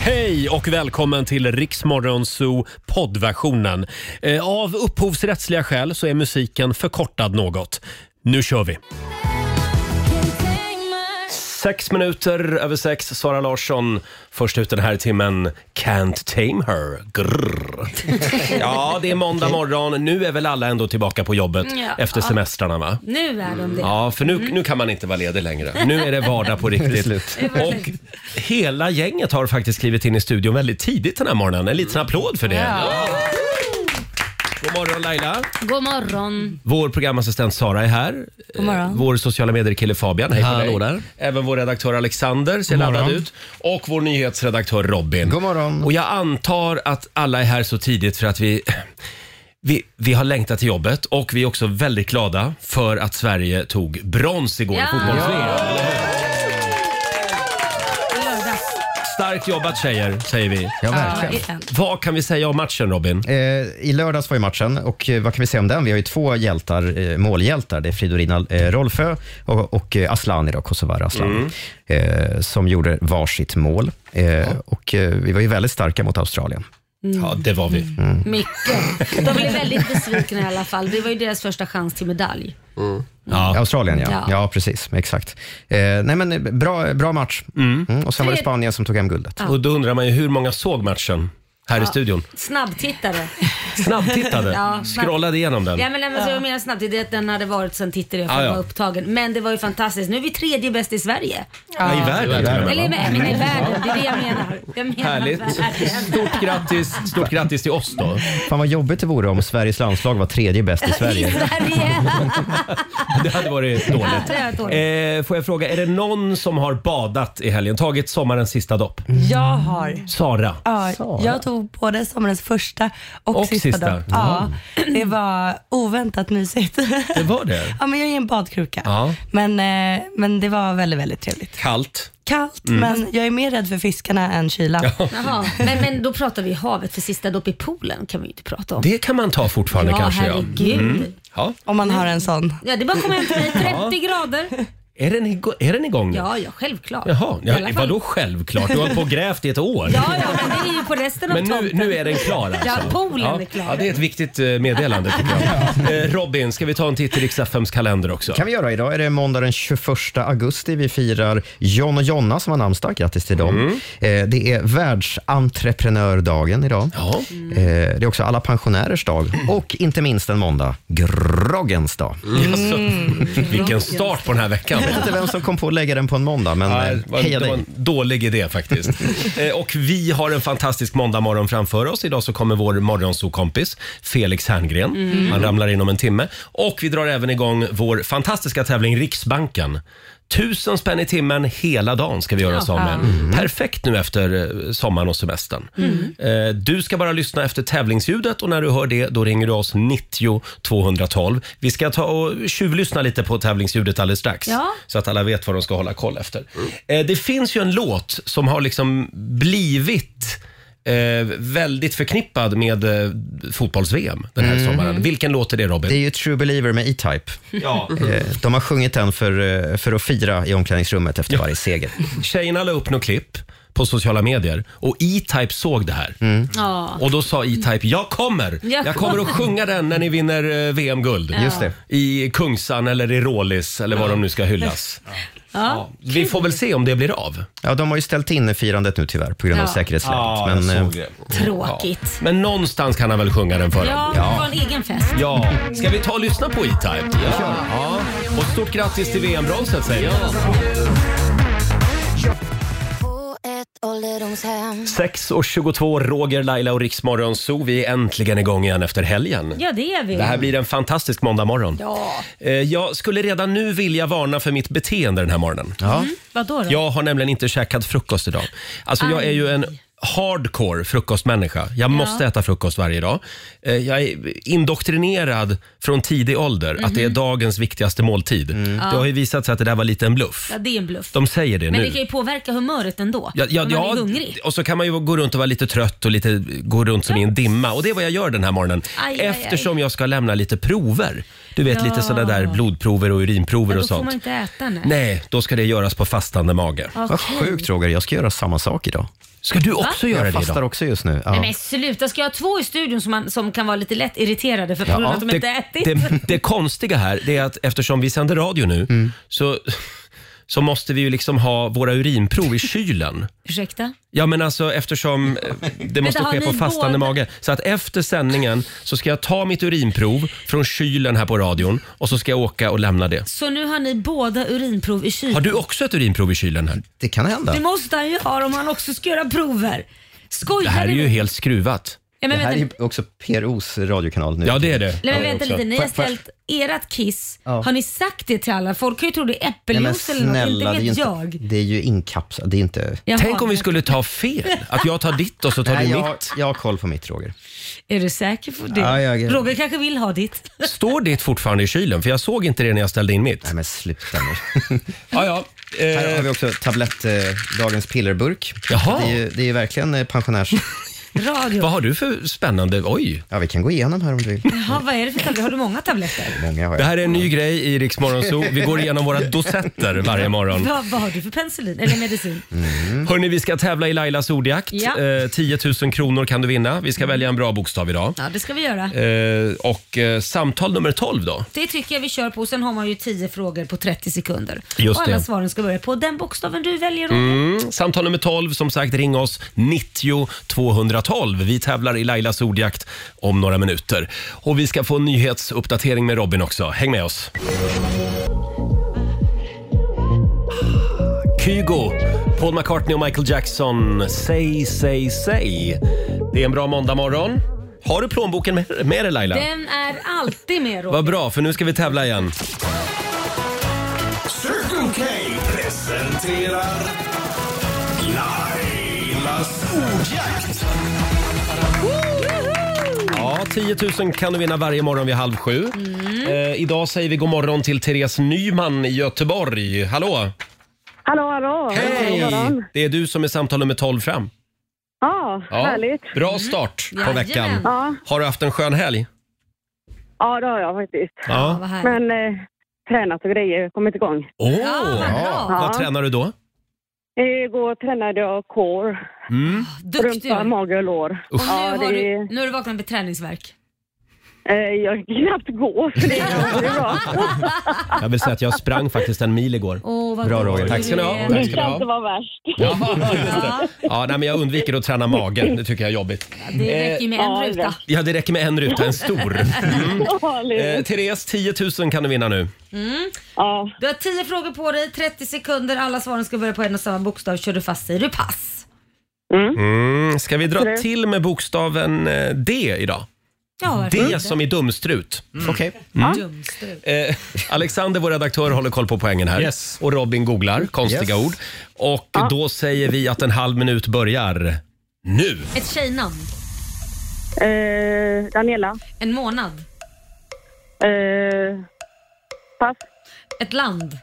Hej och välkommen till Riksmorgonzoo poddversionen. Eh, Av upphovsrättsliga skäl så är musiken förkortad något. Nu kör vi! Sex minuter över sex, Sara Larsson. Först ut den här timmen, Can't tame her. Grrr. Ja, det är måndag morgon. Nu är väl alla ändå tillbaka på jobbet Ja. efter semestrarna va? Nu är de det. Mm. Ja, för nu, nu kan man inte vara ledig längre. Mm, Nu är det vardag på riktigt. Och hela gänget har faktiskt klivit in i studion väldigt tidigt den här morgonen. En Mm. liten applåd för det. God morgon Laila. God morgon. Vår programassistent Sara är här. God morgon. Eh, Vår sociala medier-kille Fabian. Hej på Hallå dig. där. Även vår redaktör Alexander ser laddad ut. Och vår nyhetsredaktör Robin. God morgon. Och jag antar att alla är här så tidigt för att vi, vi, vi har längtat till jobbet och vi är också väldigt glada för att Sverige tog brons igår i Ja. fotbolls Starkt jobbat tjejer, säger vi. Ja, verkligen. Verkligen. Vad kan vi säga om matchen Robin? Eh, I lördags var ju matchen och eh, vad kan vi säga om den? Vi har ju två hjältar, eh, målhjältar. Det är Fridolina eh, Rolfö och, och eh, Asllani, då, Kosovare Mm. Asllani, eh, som gjorde varsitt mål. Eh, Och eh, vi var ju väldigt starka mot Australien. Mm. Mm. Ja, det var vi. Mycket. De blev väldigt besvikna i alla fall. Det var ju deras första chans till medalj. Mm. Ja. Australien, ja. Ja. ja. precis. Exakt. Eh, nej, men eh, bra, bra match. Mm, och sen var det Spanien som tog hem guldet. Och då undrar man ju hur många såg matchen här i studion? Snabbtittare. Snabbtittade, Ja, scrollade igenom den. Ja, men, nej, men, så jag menar snabbtittare är att den hade varit sen tittare jag för Ja, ja. den var upptagen. Men det var ju fantastiskt. Nu är vi tredje bäst i Sverige. Ja, I världen till och med. Eller va? med, men i världen, det är det jag menar. Jag menar Härligt. världen. Stort grattis, stort grattis till oss då. Fan vad jobbigt det vore om Sveriges landslag var tredje bäst i I Sverige. Sverige. Det hade varit dåligt. Det är dåligt. Eh, får jag fråga, är det någon som har badat i helgen? Tagit sommarens sista dopp? Mm. Jag har. Sara? Ja, jag tog både sommarens första och, Och sista, sista. dag. Ja, det var oväntat mysigt. Det var det? Ja, men jag är en badkruka. Ja. Men, eh, men det var väldigt, väldigt trevligt. Kallt. Kallt, Mm. men jag är mer rädd för fiskarna än kylan. Jaha. Men, men då pratar vi havet, för sista dopp i poolen kan vi ju inte prata om. Det kan man ta fortfarande ja, kanske ja. Mm. herregud. ja. Om man har en sån. Ja, det är bara att komma hem till mig. 30 grader. Är, den igång, är den igång nu? Ja, ja, självklart. Jaha, I ja, alla fall. vadå självklart? Du har på och grävt i ett år. Ja, ja, men det är ju på resten Men av nu, tomten. nu är den klar alltså? Ja, poolen ja. är klar. Ja, det är ett viktigt eh, meddelande tycker jag. Eh, Robin, ska vi ta en titt i riks FMs kalender också? kan vi göra. Idag är det måndag den 21 augusti. Vi firar John och Jonna som har namnsdag. Grattis till dem. Mm. Eh, det är världsentreprenördagen idag. Ja. Mm. Eh, det är också alla pensionärers dag och inte minst en måndag, groggens dag. Alltså, vilken start på den här veckan. Jag vet inte vem som kom på att lägga den på en måndag, men Nej, eh, det var, heja det var dig. en dålig idé faktiskt. Eh, och vi har en fantastisk måndagmorgon framför oss. Idag så kommer vår morgonsokompis Felix Herngren. Mm. Han ramlar in om en timme. Och vi drar även igång vår fantastiska tävling Riksbanken. Tusen spänn i timmen hela dagen ska vi göra oss av med. Perfekt nu efter eh, sommaren och semestern. Mm. Eh, Du ska bara lyssna efter tävlingsljudet och när du hör det då ringer du oss 90 212. Vi ska ta och tjuvlyssna lite på tävlingsljudet alldeles strax Ja. så att alla vet vad de ska hålla koll efter. Eh, det finns ju en låt som har liksom blivit eh, väldigt förknippad med eh, fotbolls-VM den här sommaren. Vilken låt är det Robin? Mm-hmm. Det är ju True Believer med E-Type. Ja. Eh, de har sjungit den för, eh, för att fira i omklädningsrummet efter varje seger. Tjejerna la upp något klipp på sociala medier och E-Type såg det här. Ja. Och då sa E-Type, jag kommer! Jag Jag kommer att sjunga den när ni vinner eh, VM-guld. Just det. I Kungsan eller i Rålis eller var de nu ska hyllas. Ja. Vi får väl se om det blir av. Ja, de har ju ställt in firandet nu tyvärr på grund av Ja. säkerhetsläget. men, eh, Tråkigt. Men någonstans kan han väl sjunga den för dem? Ja, det var en egen fest. Ja. Ska vi ta och lyssna på E-Type? Ja. ja. Och stort grattis till VM-bronset säger jag. på ett ålderdomshem 6.22, Roger, Laila och Riksmorgon Zoo. Vi är äntligen igång igen efter helgen. Ja, det är vi. Det här blir en fantastisk måndagmorgon. Ja. Eh, Jag skulle redan nu vilja varna för mitt beteende den här morgonen. Vadå då? Jag har nämligen inte käkat frukost idag. Alltså jag är ju en hardcore frukostmänniska. Jag måste äta frukost varje dag. Eh, Jag är indoktrinerad från tidig ålder att Mhm. det är dagens viktigaste måltid. Det har ju visat sig att det där var lite en bluff. Ja, det är en bluff. De säger det men nu. det kan ju påverka humöret ändå. Ja, ja, om man ja, är hungrig. och så kan man ju gå runt och vara lite trött och lite, gå runt som i en dimma. Och det är vad jag gör den här morgonen. Aj, aj, aj. eftersom jag ska lämna lite prover. Du vet Ja. lite sådana där blodprover och urinprover Ja, då och får sånt. man inte äta, nej. Nej, då ska det göras på fastande mage. Vad sjukt Roger, jag ska göra samma sak idag. Ska du också göra Jag det fastar idag? också just nu. Ja. Nej men sluta, ska jag ha två i studion som, man, som kan vara lite lätt irriterade för på grund av att de inte ätit? det, det konstiga här det är att eftersom vi sänder radio nu Mm. så, så måste vi ju liksom ha våra urinprov i kylen. Ursäkta? Ja men alltså eftersom eh, det måste har ske på ni fastande båda- mage. Så att efter sändningen så ska jag ta mitt urinprov från kylen här på radion och så ska jag åka och lämna det. Så nu har ni båda urinprov i kylen? Har du också ett urinprov i kylen här? Det kan hända. Det måste han ju ha om han också ska göra prover. Skojar Det här är ni? ju helt skruvat. Det ja, men här är vänta, ju också PROs radiokanal nu. Ja det är det. Nej, men Ja, vänta också. lite, ni har Får- får- ställt ert kiss. Ja. Har ni sagt det till alla? Folk kan ju tro det är Nej, men äppeljuice eller något, inte snälla, det är vet ju inte, jag. Det är ju inkapslat. Det är inte... Jaha, Tänk om vi men- skulle ta fel? Att jag tar ditt och så tar Nej, du jag, mitt. har- jag har koll på mitt, Roger. Är du säker på det? Ja, jag- Roger kanske vill ha ditt. Står ditt fortfarande i kylen? För jag såg inte det när jag ställde in mitt. Nej, men sluta nu. Ja, ja. Här har Eh, vi också tablett, eh, dagens pillerburk. Jaha. Det är ju, det är ju verkligen eh, pensionärs... Radio. vad har du för spännande... Oj! Ja, vi kan gå igenom här om du vill. Jaha, vad är det för tabletter? Har du många tabletter? Många har Det jag. här är en ny grej i Rix Morgon Zoo. Vi går igenom våra dosetter varje morgon. Vad, vad har du för penicillin? Eller medicin? Mm. Hörni, vi ska tävla i Lailas ordjakt. Ja. Mm. Eh, 10 000 kronor kan du vinna. Vi ska välja en bra bokstav idag. Ja, det ska vi göra. Eh, och eh, samtal nummer 12 då. Det tycker jag vi kör på. Sen har man ju 10 frågor på 30 sekunder. Just och alla det. svaren ska börja på den bokstaven du väljer. Roger. Mm. Samtal nummer 12, som sagt ring oss 90 212. Vi tävlar i Lailas ordjakt om några minuter. Och vi ska få en nyhetsuppdatering med Robin också. Häng med oss. Kygo, Paul McCartney och Michael Jackson. Say, say, say. Det är en bra måndagmorgon. Har du plånboken med, med dig Laila? Den är alltid med Roger. Vad bra, för nu ska vi tävla igen. Circle K presenterar Lailas ordjakt. Ja, 10 000 kan du vinna varje morgon vid halv sju. Mm. Eh, idag säger vi god morgon till Therese Nyman i Göteborg. Hallå! Hallå, hallå! God morgon. Det är du som är samtal nummer 12 fram. Ja, Ja, härligt. Bra start på Jajamän. veckan. Ja, Har du haft en skön helg? ja, det har jag faktiskt. Ja, vad härligt. Men eh, tränat och grejer, kommit igång. Åh! Ja, vad bra. Vad Ja. tränar du då? Igår tränade jag core, Ah, Mm. Duktig rumpa, Roger. mage och lår. Och nu, Ja, har det, du, är- nu har du vaknat med träningsvärk. eh, jag kan knappt gå, så det är det är bra. Jag vill säga att jag sprang faktiskt en mil igår. Åh, vad Bra, Roger. gulligt. Tack ska ni ha. Det Tack ska ni ska inte ha. vara värst. Ja, just det. Ja, ja nej, men jag undviker att träna magen. Det tycker jag är jobbigt. det räcker ju med en Eh, Ja, det är ruta. bra. Ja, det räcker med en ruta, en stor. Mm. Eh, Härligt. Therese, 10 000 kan du vinna nu. Ja, Du Mm. har 10 frågor på dig, 30 sekunder. Alla svaren ska börja på en och samma bokstav. Kör du fast säger du pass. Mm. Ska vi dra Absolut. till med bokstaven eh, D idag? Ja, varför D inte? Mm. som i dumstrut. Mm. Mm. Okej. Dumstrut. Eh, Alexander, vår redaktör, håller koll på poängen här. Yes. Och Robin googlar konstiga Yes. ord. Och då säger vi att en halv minut börjar nu. Ett tjejnamn. eh, Daniela. En månad. Eh, pass. Ett land.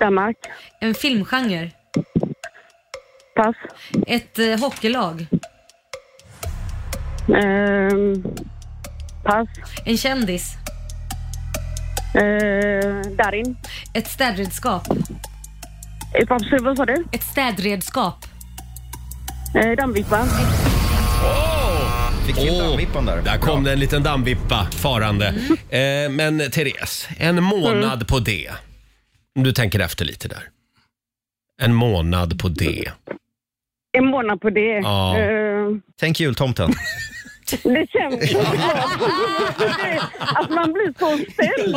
Danmark. En filmgenre. Pass. Ett eh, hockeylag. Eh, pass. En kändis. Eh, Darin. Ett städredskap. Eh, pass, Vad sa du? Ett städredskap. Eh, Dammvippa. Fick till Åh, dammvippan där. Där kom det en liten dammvippa farande. Eh, men Therese, en månad på D. Om du tänker efter lite där. En månad på D. En månad på det. Ja. Eh, Tänk jultomten. Det känns så bra. Att man blir så ställd.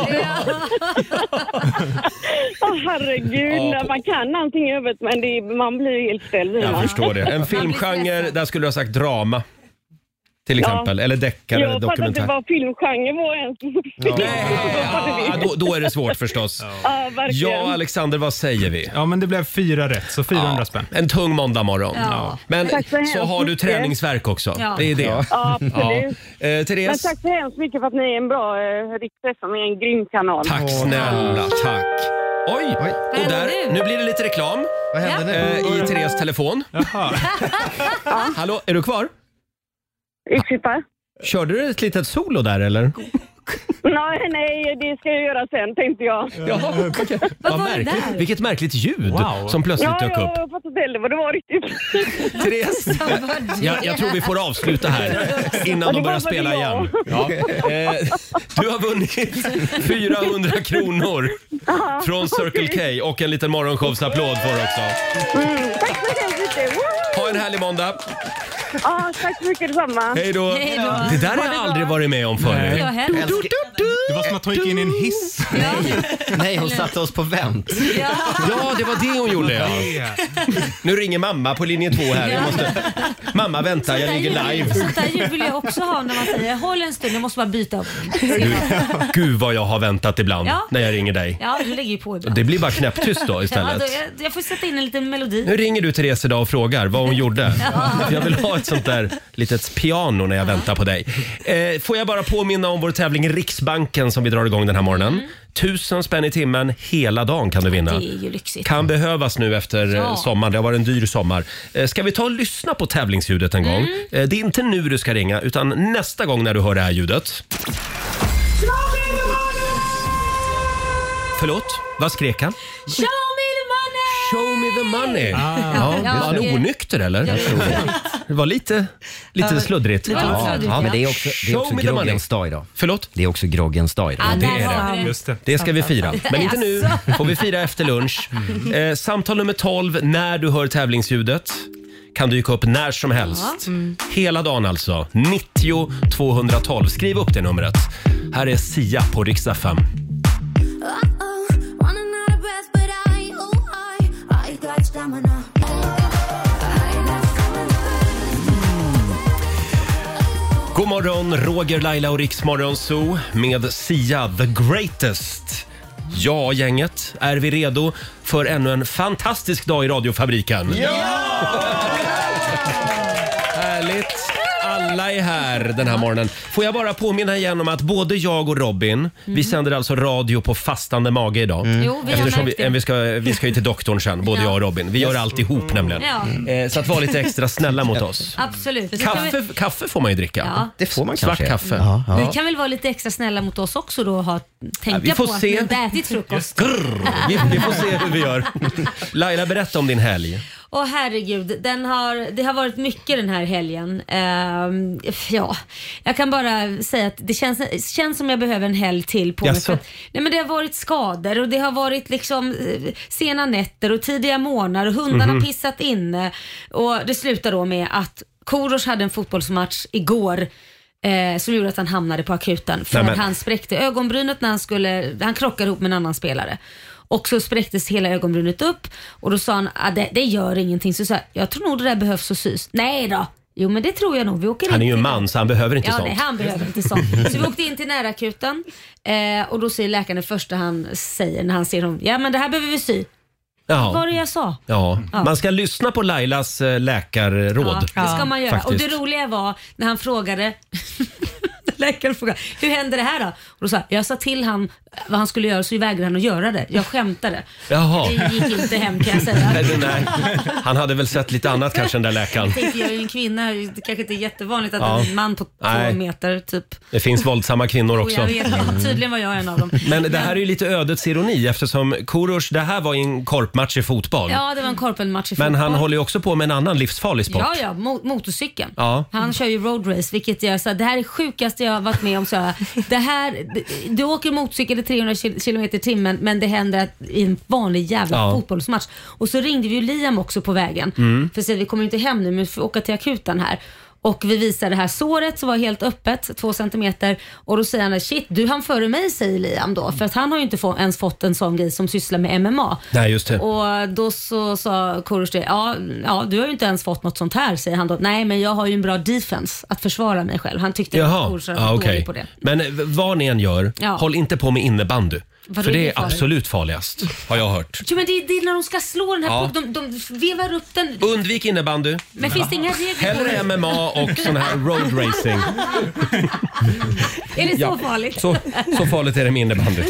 Åh herregud, Ja. man kan allting i huvudet men det, är- man blir helt ställd. Jag Ja. förstår det. En filmgenre, stressad. där skulle du ha sagt drama. Till exempel. Eller deckare eller Jag fattar inte dokumentär. vad filmgenren var ens. Ja, Nej, ja, då, då är det svårt förstås. verkligen. Ja, Alexander, vad säger vi? Ja, men det blev fyra rätt, så 400 spänn. En tung måndagmorgon. Ja. Men Tack så så hemskt har du mycket. träningsverk också. Ja. Det är det. Ja. Ja, absolut. Eh, Men Therese, tack, tack så hemskt mycket för att ni är en bra eh, Riks som är en grym kanal. snälla. Tack. Oj, Oj. och Vad där, händer nu? nu blir det lite reklam Vad hände eh, nu? i Therese telefon. Hallå, är du kvar? Ursäkta? Körde du ett litet solo där eller? Nej, nej, det ska jag göra sen tänkte jag. Jaha, okej. Vad var det märkligt. där? Vilket märkligt ljud Wow. som plötsligt Ja, dök upp. jag har fattat heller vad det var riktigt. Therese, jag, jag tror vi får avsluta här innan de det börjar var spela väl jag. igen. Ja. Eh, du har vunnit 400 kronor från Circle K och en liten morgonshowsapplåd får du också. Mm, tack så hemskt mycket. Woo! Ha en härlig måndag. Ja, tack så mycket detsamma. Hej då. Hej då. Det där har jag aldrig varit med om Det förut. har hänt. Det var som att hon gick in i en hiss. Nej, hon satte oss på vänt. Ja, det var det hon gjorde ja. Nu ringer mamma på linje två här. Jag måste... Mamma vänta, jag ligger live. Sånt där ljud vill jag också ha när man säger håll en stund, jag måste bara byta upp. Gud vad jag har väntat ibland Ja. när jag ringer dig. Ja, du lägger ju på ibland. Det blir bara knäpptyst då Ja, då, istället. jag, jag får sätta in en liten Nu melodi. ringer du Therese idag och frågar vad hon gjorde. Jag vill ha ett sånt där litet piano när jag väntar på dig. Eh, får jag bara påminna om vår tävling Riksbanken som vi drar igång den här morgonen. Tusen spänn i timmen hela dagen kan du vinna. Mm. Det är ju lyxigt. Kan behövas nu efter eh, Ja. sommaren. Det har varit en dyr sommar. Eh, Ska vi ta och lyssna på tävlingsljudet en gång? Mm. Eh, Det är inte nu du ska ringa utan nästa gång när du hör det här ljudet. Förlåt, vad skrek han? Show me the money! Show me the money. Ja, Ja, var han och- onykter eller? Jag tror det. Det var lite, lite Ja, sluddrigt. lite Ja. sluddrigt. Ja, men det är också, det är Show också me the money. groggens dag idag. Förlåt? Det är också groggens dag idag. Ja, Det- där har vi det. Just det. Det Alltså. ska vi fira, men inte nu. får vi fira efter lunch. Mm. Eh, samtal nummer 12, när du hör tävlingsljudet kan dyka upp när som helst. Mm. Hela dagen alltså. 90 212. Skriv upp det numret. Här är Sia på riksdag 5. Uh-oh, running out of breath, but I, oh I, I got stamina. I got stamina. God morgon, Roger, Laila och Riksmorgon Zoo med Sia the Greatest. Ja, gänget, är vi redo för ännu en fantastisk dag i radiofabriken? Ja! Härligt. Alla är här den här morgonen. Får jag bara påminna igen om att både jag och Robin, vi sänder alltså radio på fastande mage idag. Mm. Jo, vi har Eftersom vi, märkt det. vi, ska, vi ska ju till doktorn sen, både Ja. jag och Robin. Vi gör allt ihop nämligen. Ja. Eh, Så att var lite extra snälla mot oss. Absolut. Vi kan, väl, Kaffe, kaffe får man ju dricka. Ja. Det får man Svart kanske. kaffe. Ja, ja. vi kan väl vara lite extra snälla mot oss också då och ha, tänka vi får på att se. vi inte ätit frukost. Grrr. Vi, vi får se hur vi gör. Laila, berätta om din helg. Åh herregud, den har, det har varit mycket den här helgen. Ehm, ja, jag kan bara säga att det känns, känns som jag behöver en helg till på mig. Jaså? För att, nej, men det har varit skador och det har varit liksom eh, sena nätter och tidiga morgnar och hundarna Mhm. har pissat inne. Och det slutar då med att Korosh hade en fotbollsmatch igår Eh, som gjorde att han hamnade på akuten för Nej, men- att han spräckte ögonbrynet när han skulle, han krockade ihop med en annan spelare. Och så spräcktes hela ögonbrynet upp och då sa han, ah, det, det gör ingenting. Så jag sa jag, jag tror nog det där behövs och sys. Nej då, jo men det tror jag nog. Vi åker Han in är ju till- man så han behöver inte Ja, sånt. nej, han behöver inte sånt. Så vi åkte in till närakuten eh, och då säger läkaren det första han säger när han ser honom, ja men det här behöver vi sy. Vad var Ja. det jag sa? Ja. Man ska lyssna på Lailas eh, Ja, läkarråd. det ska man göra. Faktiskt. Och det roliga var när han frågade Läkaren frågade, hur hände det här då? Och då sa jag, jag sa till han eh, vad han skulle göra så vägrade han att göra det. Jag skämtade. Jaha. Det gick inte hem kan jag säga. Nej, det- nej. Han hade väl sett lite annat kanske den där läkaren. Jag tänkte, jag är ju en kvinna, det kanske inte är jättevanligt att Ja. en man på Nej. två meter typ. Det finns våldsamma kvinnor Och jag också. Mm. vet, tydligen var jag en av dem. Men det här är ju lite ödets ironi eftersom Korosh, det här var ju en korpmatch i fotboll. Ja, det var en korpenmatch i Mm. Men han fotboll. håller ju också på med en annan livsfarlig sport. Ja, ja, mo- motorcykeln. Ja. Han kör ju roadrace vilket jag sa, det här är sjukaste jag har varit med om. Så jag, det här, d- du åker motorcykel i 300 kil- kilometer i timmen men det händer att, i en vanlig jävla Ja. fotbollsmatch. Och så ringde vi ju Liam också på vägen. För att säga, vi kommer inte hem nu men vi får åka till akuten här. Och vi visar det här såret som var helt öppet, två centimeter. Och då säger han shit du hann före mig säger Liam då. För att han har ju inte få, ens fått en sån grej som sysslar med MMA. Nej, just det. Och då så sa Korosh det, ja, ja du har ju inte ens fått något sånt här säger han då. Nej men jag har ju en bra defense att försvara mig själv. Han tyckte att Jaha, Korosh var ja, okej. dålig på det. Men eh, vad ni än gör, Ja. håll inte på med innebandy. Vadå för är det det är farligt? absolut farligast, har jag hört. Jo men det är, det är när de ska slå den här Ja. pucken, de, de vevar upp den. Undvik innebandy. Men finns det inga regler på Hellre det? MMA och sån här road racing. Är det så Ja. farligt? Så, så farligt är det med innebandy.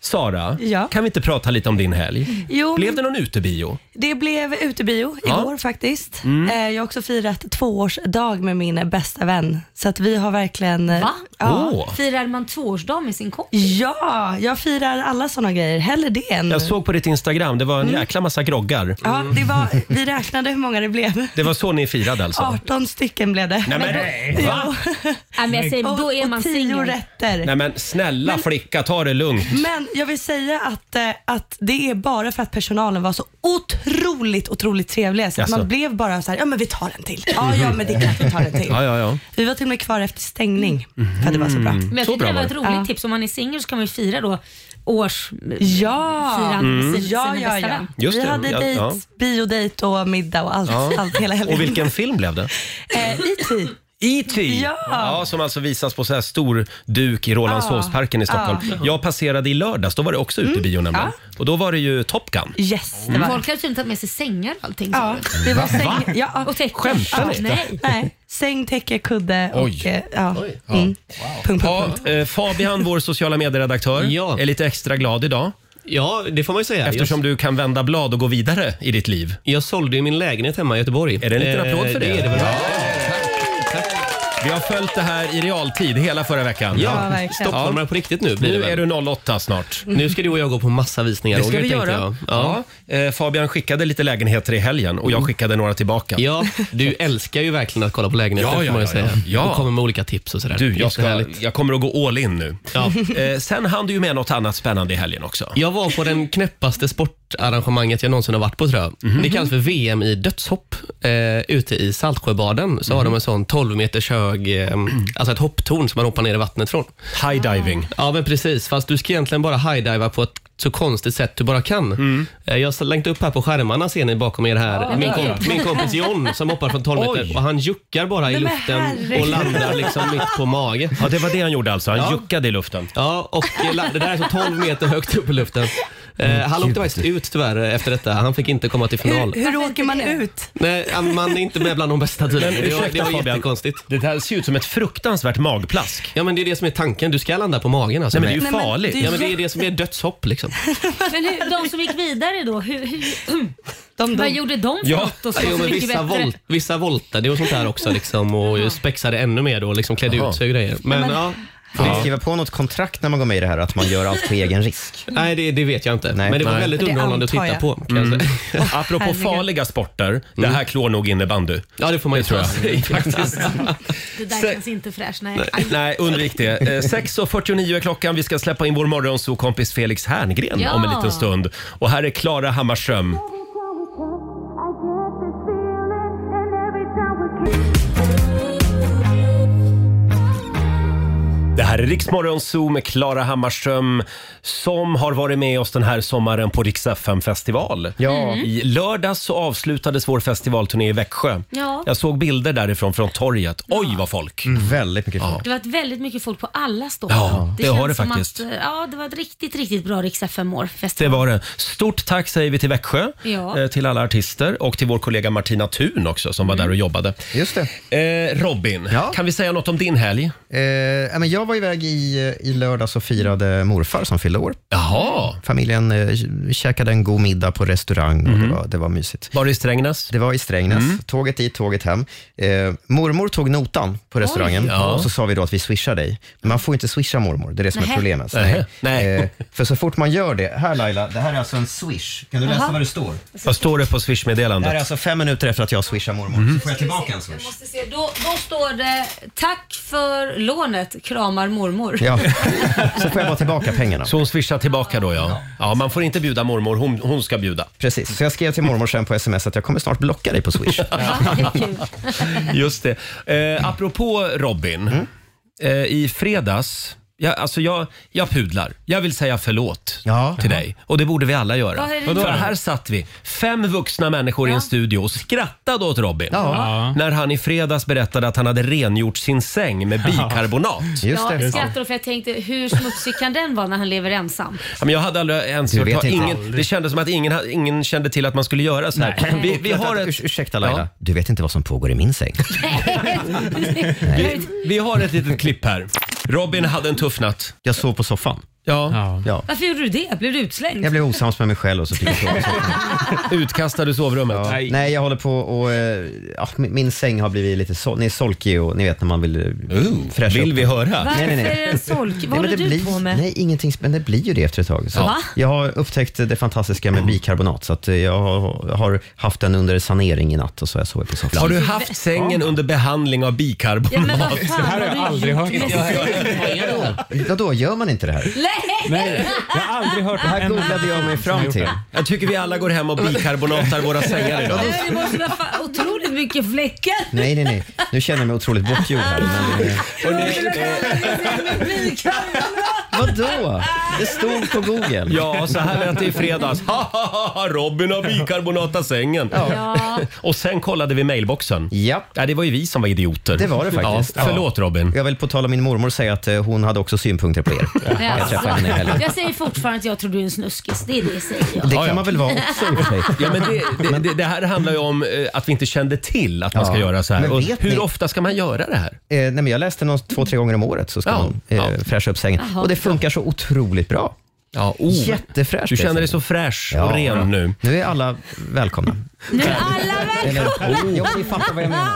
Sara, Ja. kan vi inte prata lite om din helg? Jo, Blev det någon utebio? Det blev utebio Ja. Mm. igår faktiskt. Eh, Jag har också firat tvåårsdag med min bästa vän. Så att vi har verkligen... eh, Va? Ja. Åh. Firar man tvåårsdag med sin kompis? ja, jag firar alla sådana grejer. Hellre det än... Jag såg Mm. på ditt Instagram, det var en jäkla massa groggar. Mm. Ja, det var, vi räknade hur många det blev. Det var så ni firade alltså? 18 stycken blev det. Nej men, va? Nej, men jag säger, då är och, man och tio singel. rätter. Nej, men snälla flicka, ta det lugnt. Men jag vill säga att, eh, att det är bara för att personalen var så otroligt, otroligt trevliga. Så att Jaså? Mhm. man blev bara så här, ja men vi tar en till. Ja, ja men det är klart vi tar en till. Ja, ja, ja. Vi var till och med kvar efter stängning för att det var så bra. Men jag Mm. Så tyckte det bra var var ett det. roligt Ja. tips. Om man är singel så kan man ju fira då års... Ja! Firande Mm. med sin- ja, sina ja, bästa ja. vän. Just vi det, hade ja, dejt, ja. biodejt och middag och allt, Ja. allt hela helgen. Och vilken film blev det? Eh, IT. E.T. Ja. som alltså visas på så här stor duk i Rålambshovsparken i Stockholm. Jag passerade i lördags, då var det också utebio nämligen. Och då var det ju Top Gun. Mm. Yes, Mm. det var Folk har tydligen tagit med sig sängar och allting. Ja, det var säng, ja, ja. Och täcken. Skämtar Ja, ni? Nej. Nej, säng, täcke, kudde och... Oj. eh, Ja. Mm. Punkt, punkt, punkt. Ja, eh, Fabian, vår sociala medieredaktör, Ja. är lite extra glad idag Ja, det får man ju säga. eftersom du kan vända blad och gå vidare i ditt liv. Jag, jag sålde ju min lägenhet hemma i Göteborg. Är det en liten Eh, applåd för det? Det är det väl. Vi har följt det här i realtid hela förra veckan. Ja, verkligen. Stockholmare på riktigt nu blir det Nu väl. är du 08 snart. Nu ska du och jag gå på massa visningar, Det ska Roger, vi tänkte göra. Jag. Ja. Mm. Eh, Fabian skickade lite lägenheter i helgen och jag skickade några tillbaka. Ja, du älskar ju verkligen att kolla på lägenheter Ja, ja, får man ju ja, säga. ja. Ja. Och kommer med olika tips och sådär. Du, jag, ska, Jättehärligt. jag kommer att gå all in nu. Ja. Eh, sen hann du ju med något annat spännande i helgen också. Jag var på den knäppaste sportarrangemanget jag någonsin har varit på tror jag. Mhm. Det kallas för VM i dödshopp. Eh, ute i Saltsjöbaden så har Mhm. de en sån 12 meters hög, eh, alltså ett hopptorn som man hoppar ner i vattnet från. Mm. High diving. Ja, men precis. Fast du ska egentligen bara highdiva på ett så konstigt sätt du bara kan. Mm. Eh, Jag länkade upp här på skärmarna ser ni bakom er här. min, kom- min kompis John som hoppar från 12 meter Oj. och han juckar bara i Nej, men luften och herregud. landar liksom mitt på mage. Ja, det var det han gjorde alltså. Han Ja. juckade i luften. Ja, och eh, la- det där är så 12 meter högt upp i luften. Eh, Mm, han åkte faktiskt ut tyvärr eh, efter detta. Han fick inte komma till final. Hur, hur åker man ut? Nej, eh, man är inte med bland de bästa tiden. Det var, det ursäkta, var Fabian. jättekonstigt. Det här ser ut som ett fruktansvärt magplask. Ja, men det är det som är tanken. Du ska landa på magen alltså. Nej, men det är ju Nej, men farligt. det är Ja, men det är det som är dödshopp liksom. Men hur, de som gick vidare då, hur, hur, De, vad de, gjorde de för Ja. något? Och så, Jo, så men mycket vissa, bättre? vol vissa voltade och sånt där också liksom, och ju spexade ännu mer då, liksom klädde Jaha. ut sig och grejer. Men, ja, Får man skriva på något kontrakt när man går med i det här, att man gör allt på egen risk? nej det, det vet jag inte. Nej. men det var Nej. väldigt Det underhållande att antar titta jag. på. Kan Mm. jag säga. Apropå farliga sporter, det här klår nog innebandy. Mm. Ja, det får man ju tro. Faktiskt. Det där Se- känns inte fräscht. Nej. Nej, undvik det. Eh, 6.49 är klockan. Vi ska släppa in vår morgonsokompis Felix Herngren Ja. om en liten stund. Och här är Klara Hammarström. Det här är Riksmorgon Zoo med Klara Hammarström som har varit med oss den här sommaren på Rix FM festival. Ja. I lördags så avslutades vår festivalturné i Växjö. Ja. Jag såg bilder därifrån från torget. Oj vad folk! Mm. Väldigt mycket folk. Det var väldigt mycket folk på alla stånd. Ja, det känns har det som faktiskt. Att, eh, ja, det var ett riktigt, riktigt bra Rix FM-år. Det var det. Stort tack säger vi till Växjö, Ja. eh, till alla artister och till vår kollega Martina Thun också som var där och jobbade. Mm. Just det. Eh, Robin, Ja. kan vi säga något om din helg? Eh, ja, men jag var iväg i, i lördags och firade morfar som fyllde år. Jaha, Familjen eh, käkade en god middag på restaurang och det var, det var mysigt. Mhm. var det i Strängnäs? Mm. Det var i Strängnäs. Tåget dit, tåget hem. Eh, mormor tog notan på restaurangen ja. och så sa vi då att vi swishar dig. Men man får inte swisha mormor, det är det som Nähä. är problemet. Eh, Nähä. Nej. för så fort man gör det, här Laila, det här är alltså en swish. Kan du läsa vad det står? Vad står det på Det här är Swish-meddelandet? alltså fem minuter efter att jag swishar mormor. Mhm. Så får jag tillbaka en swish. måste se. Då, då står det “Tack för lånet, kramar mormor”. Ja. Så får jag bara tillbaka pengarna. Så hon swishar tillbaka då ja. Ja, man får inte bjuda mormor, hon, hon ska bjuda. Precis, så jag skrev till mormor sen på sms att jag kommer snart blocka dig på Swish. Ja, det är kul. Just det. Eh, apropå Robin, Mm. eh, i fredags jag, alltså jag, jag pudlar. Jag vill säga förlåt Ja. till dig. Och det borde vi alla göra. Vad är det För då? här satt vi, fem vuxna människor i en studio och skrattade åt Robin. När han i fredags berättade att han hade rengjort sin säng med bikarbonat. Just Jag det. skrattade för jag tänkte hur smutsig kan den vara när han lever ensam? Ja, men jag hade aldrig ens Du hört vet ta- inte. ingen, Det kändes som att ingen, ha- ingen kände till att man skulle göra så här. Vi, vi har ett... Urs- Ursäkta Laila, du vet inte vad som pågår i min säng. Vi har ett litet klipp här. Robin hade en tuff natt. Jag sov på soffan. Ja. Ja. Varför gjorde du det? Blev du utslängd? Jag blev osams med mig själv och så fick jag sova. Utkastade sovrummet. Ja. Nej. jag håller på och... eh, Ja, min min säng har blivit lite sol- ni är solkig och ni vet när man vill eh, Ooh, fräscha vill upp. vi höra? Varför nej, nej. är det en solk? Vad Nej, men håller det du blir, på med? Nej, ingenting. Men det blir ju det efter ett tag. Så. Va? Jag har upptäckt det fantastiska med bikarbonat, så att eh, jag har- har haft den under sanering i natt och så har jag sovit på soffan. Har du haft sängen under behandling av Ja, men bikarbonat? vad fan här har jag du aldrig gjort hört. med- Vadå, gör man inte det här? Nej! Nej, jag har aldrig hört Det här en- googlade jag mig som har fram gjort till. det. Jag tycker vi alla går hem och bikarbonatar våra sängar idag. Nej, Det måste vara fan otroligt mycket fläckar. Nej, nej, nej. Nu känner jag mig otroligt bortgjord här. Men, eh, vadå? Det stod på Google. Ja, så här lät det i fredags. Ha, ha, ha, ha, Robin har bikarbonatat sängen. Ja. Och sen kollade vi mailboxen. Ja, Ja, det var ju vi som var idioter. Det var det faktiskt. Ja, förlåt Robin. jag vill på tal om min mormor säga att eh, hon hade också synpunkter på er. Jag träffade henne i helgen. Jag säger fortfarande att jag tror du är en snuskis. Det är det jag säger. Det Ja, ja. kan man väl vara också i och för sig. Ja, men det, det, det, det här handlar ju om eh, att vi inte kände till att man Ja. ska göra så här. Men Och vet hur ni- ofta ska man göra det här? Eh, nej, men jag läste någon två, tre gånger om året så ska Ja, man eh, ja. fräscha upp sängen. Jaha. Och det funkar så otroligt bra. Ja, oh. Jättefräscht. Du känner dig så fräsch och Ja. ren nu. Nu är alla välkomna. Nu är alla väl... Eller, ja, ni fattar vad jag menar.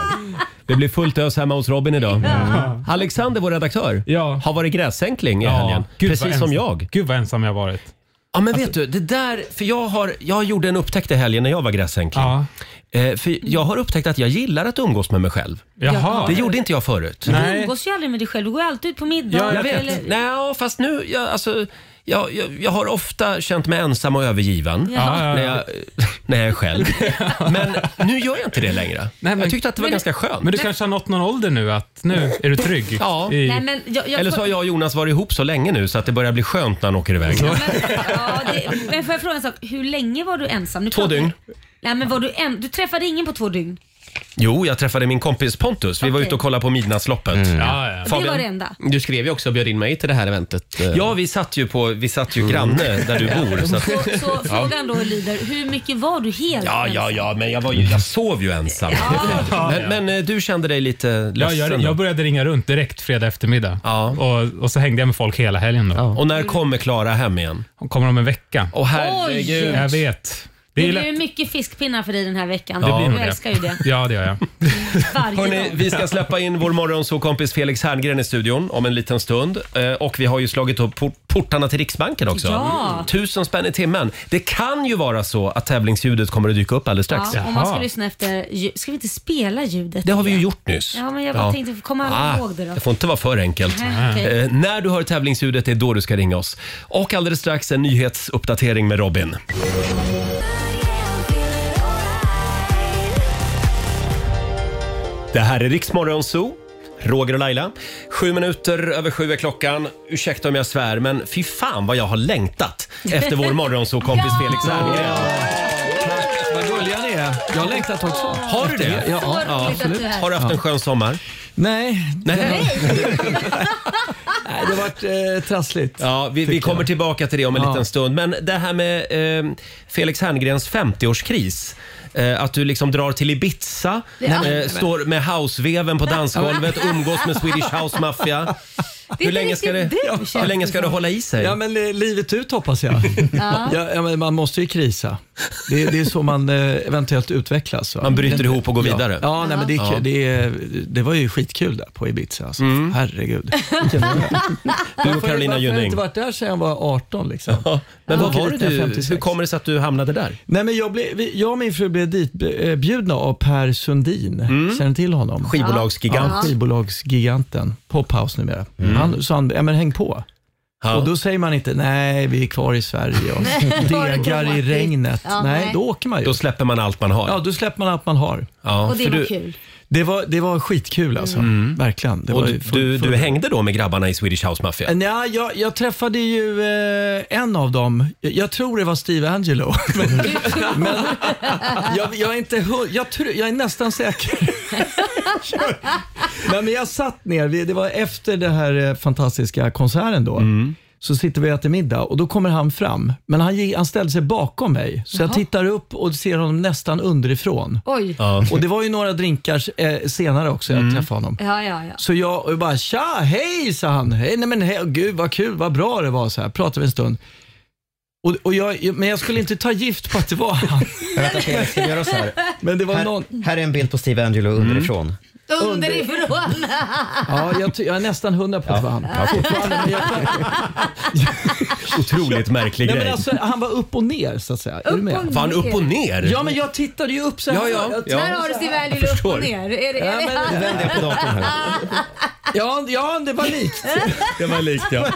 Det blir fullt ös hemma hos Robin idag. Alexander, vår redaktör, Ja. har varit gräsänkling i helgen. Gud, vad Precis som ensam- jag. Gud vad ensam jag varit. Alltså- Ja, men vet du, det där, för jag, har, jag gjorde en upptäckt i helgen när jag var gräsänkling. Ja. Eh, för jag har upptäckt att jag gillar att umgås med mig själv. Jaha. Det gjorde inte jag förut. Du Nej. umgås ju aldrig med dig själv. Du går ju alltid ut på middag. Ja, Jag vet. Eller... Nej, fast nu... Jag, alltså, jag, jag, jag har ofta känt mig ensam och övergiven Ja, ja, När, ja. jag, när jag är själv. Men nu gör jag inte det längre. men- jag tyckte att det var ganska skönt. Men du kanske har nått någon ålder nu att nu är du trygg? Ja. I... Nej, men jag, jag Eller så har jag och Jonas varit ihop så länge nu så att det börjar bli skönt när han åker iväg. Ja, men, ja, det, men får jag fråga en sak? Hur länge var du ensam? Nu Två pratar- dygn. Nej, men var du, en, du träffade ingen på två dygn? Jo, jag träffade min kompis Pontus. Vi var Okej. ute och kollade på Midnattsloppet. Mm. Ja, ja. Fabian? Det var det enda. Du skrev ju också och bjöd in mig till det här eventet. eh. Ja, vi satt ju, på, vi satt ju granne där du bor. Så att, Så, så frågan då lyder, hur mycket var du helt ja, ensam? ja, ja, men jag, var ju, jag sov ju ensam. Men, men eh, du kände dig lite Ja, ledsen? jag, jag började ringa runt direkt fredag eftermiddag Ja. och, och så hängde jag med folk hela helgen. Då. Och när kommer Klara hem igen? Kommer om en vecka. Åh herregud. Jag vet. Det Det är blir ju lätt. mycket fiskpinnar för dig den här veckan. Det blir nog du älskar ju det. Ja, det gör jag. Varje Hörrni, dag. vi ska släppa in vår morgonsåkompis Felix Herngren i studion om en liten stund. Eh, Och vi har ju slagit upp port- portarna till Riksbanken också. Ja. Tusen spänn i timmen. Det kan ju vara så att tävlingsljudet kommer att dyka upp alldeles strax. Ja, om man ska Jaha. lyssna efter ljud- Ska vi inte spela ljudet? Det har vi ju igen? gjort nyss. Ah, Ja, men jag bara tänkte, komma ihåg det då. får inte vara för enkelt. Nej, okej. Eh, när du hör tävlingsljudet, det är då du ska ringa oss. Och alldeles strax en nyhetsuppdatering med Robin. Det här är Riksmorgon Zoo. Roger och Laila. Sju minuter över sju är klockan. Ursäkta om jag svär, men fy fan vad jag har längtat efter vår morgonzoo-kompis Felix Herngren. Vad gulliga ni är. Jag har längtat också. Har du det? Ja, Vad roligt att du är här. Har du haft en skön sommar? Nej, Nej. nej det har varit eh, trassligt. Ja, vi, vi kommer tillbaka till det om en Ja. liten stund. Men det här med eh, Felix Herngrens 50-årskris. Eh, att du liksom drar till Ibiza, eh, står med houseveven på dansgolvet, umgås med Swedish House Mafia. Det är Hur inte länge, ska det, riktigt du, hur känns länge ska det det som. hålla i sig? Ja, men eh, livet ut hoppas jag. ja. Ja, men man måste ju krisa. Det, det är så man eh, eventuellt utvecklas. va? Man bryter Det- ihop och går ja. vidare. Ja, nej, men det, är- Ja. det, är- det var ju skitkul där på Ibiza. Alltså. Herregud. Mm. Du och Carolina Varför har jag Gynning. inte varit där sedan jag var 18 liksom? Ja, Men vad Åker var det dit när jag är du, 56. hur kommer det sig att du hamnade där? Nej, men jag, blev, vi- jag och min fru blev ditbjudna av Per Sundin. Känner ni till honom? Mm. Skivbolagsgigant. Mm. Ja, skivbolagsgiganten. Pophouse numera. Han sa, han, ja, men häng på. Ja. Och då säger man inte, nej vi är kvar i Sverige och degar i regnet. Ja, nej, nej. då åker man ju. Då släpper man allt man har. ja, då släpper man allt man har. Ja, Och det för var du, Mm. kul. Det var, det var skitkul alltså. Verkligen. Det och var du, ju full- du, full- du hängde då med grabbarna i Swedish House Mafia? Nja, jag, jag träffade ju eh, en av dem. Jag, jag tror det var Steve Angelo. men men jag, jag, är inte, hu- jag, tror, jag är nästan säker. Mm. Nej, men jag satt ner, vi, det var efter den här eh, fantastiska konserten då. Så sitter vi och äter middag och då kommer han fram. Men han, gick- han ställde sig bakom mig. Så jag Jaha. tittar upp och ser honom nästan underifrån. Oj. Ja. Mm. Och det var ju några drinkar eh, senare också jag träffade honom. Ja, ja, ja. Så jag och jag bara tja, hej sa han. Hej, nej men hej, gud vad kul, vad bra det var. Så här pratade vi en stund. Och, och jag, men jag skulle inte ta gift på att det var han. Vänta, Felix, ska vi göra så här? Men det var här, någon... Mm. här är en bild på Steve Angelo underifrån. Underifrån! Ja, jag, ty- jag är nästan hundra på att det var han. Otroligt märklig Nej, men grej. alltså, han var upp och ner så att säga. Är du med? och Var han ner? upp och ner? Ja, men jag tittade ju upp så här. Ja, ja, Jag ja. tittade Där har du så Steve här. Angelo upp och ner. Är det- är det han? Nu vänder jag på datorn Ja, ja, det var likt. Det var likt ja.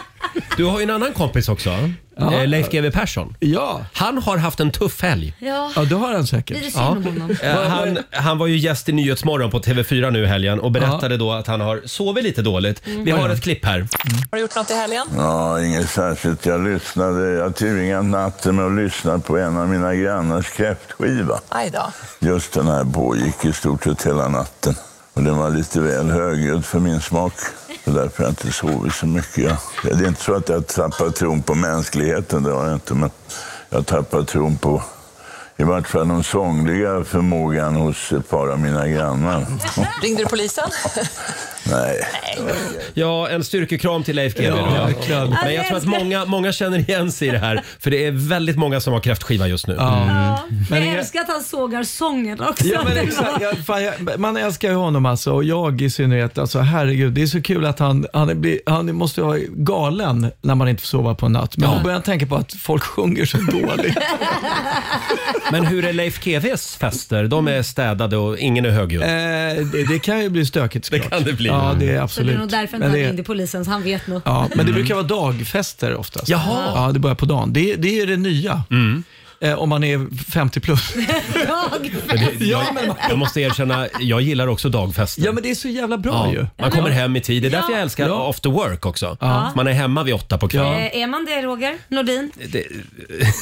Du har ju en annan kompis också. Eh, Leif GW Persson. Ja. Han har haft en tuff helg. Ja. det har han säkert. Det är synd om honom. Eh, Han, han var ju gäst i Nyhetsmorgon på TV4 nu i helgen och berättade då att han har sovit lite dåligt. Mm. Vi har ett klipp här. Har du gjort något i helgen? Ja, inget särskilt. Jag lyssnade. Jag tillbringade natten med att lyssna på en av mina grannars kräftskiva. Aj då. Just den här pågick i stort sett hela natten. Och den var lite väl högljudd för min smak. Och därför har jag inte sovit så mycket. Jag, det är inte så att jag tappar tron på mänskligheten, det har jag inte. Men jag tappar tron på i vart fall den sångliga förmågan hos ett par av mina grannar. Ringde du polisen? Nej. Ja, en styrkekram till Leif GW. Ja, då. verkligen. Men jag tror att många, många känner igen sig i det här för det är väldigt många som har kräftskiva just nu. Ja. Mm. Men Men jag jag- älskar att han sågar sången också. Ja, men exakt. Ja, fan, jag, man älskar ju honom alltså och jag i synnerhet. Alltså, herregud, det är så kul att han, han, är, bli- han måste ju vara galen när man inte får sova på en natt. Men då börjar han tänka på att folk sjunger så dåligt. Men hur är Leif GWs fester? De är städade och ingen är högljudd. Eh, det, kan ju bli stökigt Det kan det bli. Ja, det är Så det är nog absolut. därför inte Men han det- ringde polisen, så han vet nog. Ja, Mm. men det brukar vara dagfester oftast. Jaha. Ja, det börjar på dagen. Det, är- det är det nya. Mm. Eh, om man är 50 plus. Men det, jag, jag måste erkänna, jag gillar också dagfester. Ja, men det är så jävla bra Ja, ju. Man kommer hem i tid. Det är därför jag älskar after work också. Ja. Man är hemma vid åtta på kvällen. Eh, Är man det Roger Nordin? Det,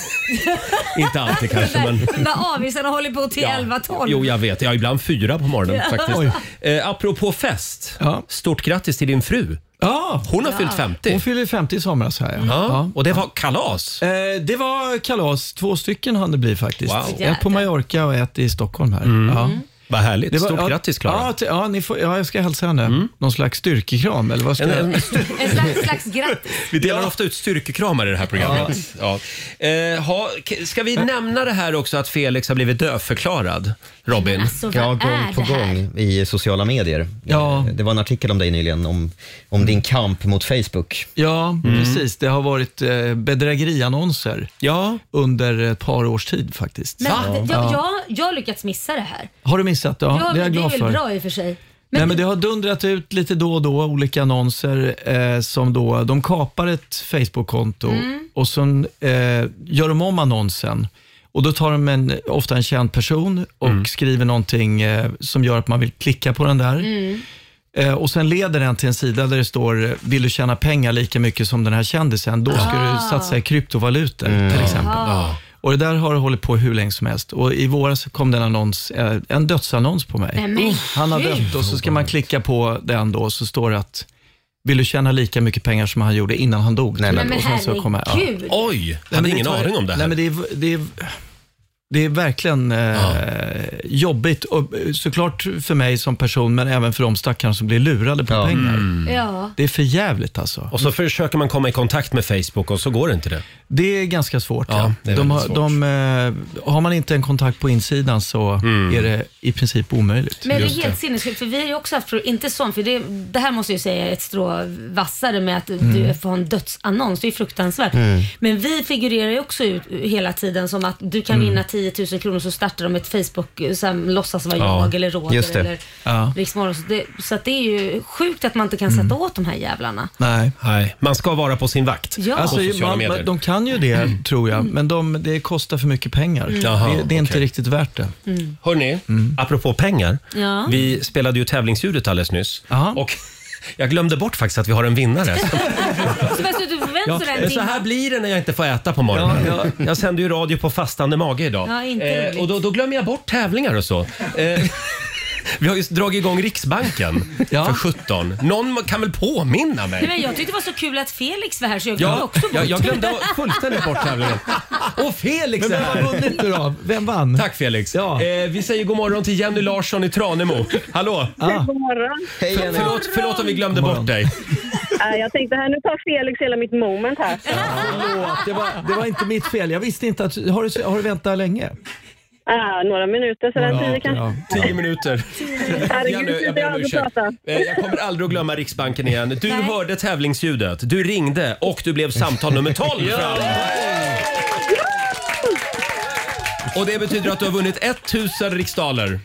inte alltid kanske, men... De där avisarna håller på till 11-12. Jo, jag vet. Jag är ibland fyra på morgonen Ja. Oj. faktiskt. Eh, apropå fest. Stort grattis till din fru. Ja. Hon har Ja. fyllt 50. Hon fyller 50 i somras här ja. Ja, och det var kalas. Eh, det var kalas. Två stycken hann det bli faktiskt. Wow. Mm. Ett på Mallorca och ett i Stockholm här. Ja. Vad härligt. Det var- Stort ja, grattis, Klara. Mm. Ja, t- ja, ni får, ja, jag ska hälsa henne. Någon slags styrkekram eller vad ska En- jag... En slags, slags grattis. Vi delar ofta ut styrkekramar i det här programmet. Ja. Eh, ha, k- ska vi nämna det här också att Felix har blivit dövförklarad? Robin? alltså, vad ja, är gång på det här? gång i sociala medier. Det var en artikel om dig nyligen, om, om din kamp mot Facebook. Ja, Mm. precis. Det har varit eh, bedrägeriannonser ja. under ett par års tid faktiskt. Men, det- jag, Ja. jag, jag har lyckats missa det här. Har du missat det? Ja, Ja, det är men jag glad väl för. bra i och för sig. Nej, men det har dundrat ut lite då och då olika annonser eh, som då, de kapar ett Facebook-konto Mm. och sen eh, gör de om annonsen. Och då tar de en, ofta en känd person och skriver någonting eh, som gör att man vill klicka på den där. Mm. Eh, och sen leder den till en sida där det står, eh, vill du tjäna pengar lika mycket som den här kändisen, då ska Ah. du satsa i kryptovalutor till exempel. Ah. Och det där har hållit på hur länge som helst. Och i våras kom det en annons, eh, en dödsannons på mig. Nej, men Han har gud. dött och så ska man klicka på den då så står det att vill du tjäna lika mycket pengar som han gjorde innan han dog? Nej, men- Typ. Nej, men Och sen så kommer- herregud. Oj, jag hade men ingen tar- aning om det här. Nej, men det, är, det, är, det är verkligen eh, jobbigt. Och, eh, såklart för mig som person, men även för de stackarna som blir lurade på pengar. Ja. Det är för jävligt alltså. Mm. Och så försöker man komma i kontakt med Facebook och så går det inte det. Det är ganska svårt. Ja, Ja, det är de har, väldigt svårt. De, eh, har man inte en kontakt på insidan så Mm. är det i princip omöjligt. Men det är helt sinnessjukt, för vi har ju också haft, inte sånt, för det, det här måste jag ju säga är ett strå vassare med att du Mm. får en dödsannons, det är ju fruktansvärt. Mm. Men vi figurerar ju också ut hela tiden som att du Mm. kan vinna 10 000 kronor så startar de ett Facebook, så här, låtsas vara jag eller Roger Just det. eller Ja. Riksmorgon. Så det, så att det är ju sjukt att man inte kan Mm. sätta åt de här jävlarna. Nej. Nej. Man ska vara på sin vakt Ja. på Alltså, sociala man, medier. man, de kan ju det, tror jag, men de, det kostar för mycket pengar. Mm. Jaha, det, det är inte okej. riktigt värt det. Mm. Hörni, apropå pengar. Ja. Vi spelade ju tävlingsljudet alldeles nyss. Och jag glömde bort faktiskt att vi har en vinnare. Så bara så att du förväntar Ja, eh, dig en så timme. här blir det när jag inte får äta på morgonen. Jag sänder ju radio på fastande mage idag. Ja, inte roligt. och då, då glömmer jag bort tävlingar och så. Eh, Vi har ju dragit igång Riksbanken för 17. Någon kan väl påminna mig? Nej, men jag tyckte det var så kul att Felix var här så jag glömde Ja, också bort. jag, jag glömde fullständigt bort tävlingen. Och Felix Men är vem har här. vunnit nu då? Vem vann? Tack Felix. Eh, vi säger god morgon till Jenny Larsson i Tranemo. Hallå! God morgon. För, förlåt, förlåt om vi glömde bort dig. Äh, jag tänkte här, nu tar Felix hela mitt moment här. Förlåt, det var, det var inte mitt fel. Jag visste inte att... Har du, har du väntat länge? Äh, några minuter, sådär tio kanske. Tio minuter. Herregud, Jenny, jag jag ber om aldrig ursäkt. pratat. Eh, Jag kommer aldrig att glömma Riksbanken igen. Du hörde tävlingsljudet, du ringde och du blev samtal nummer 12 fram. Och det betyder att du har vunnit 1000 riksdaler.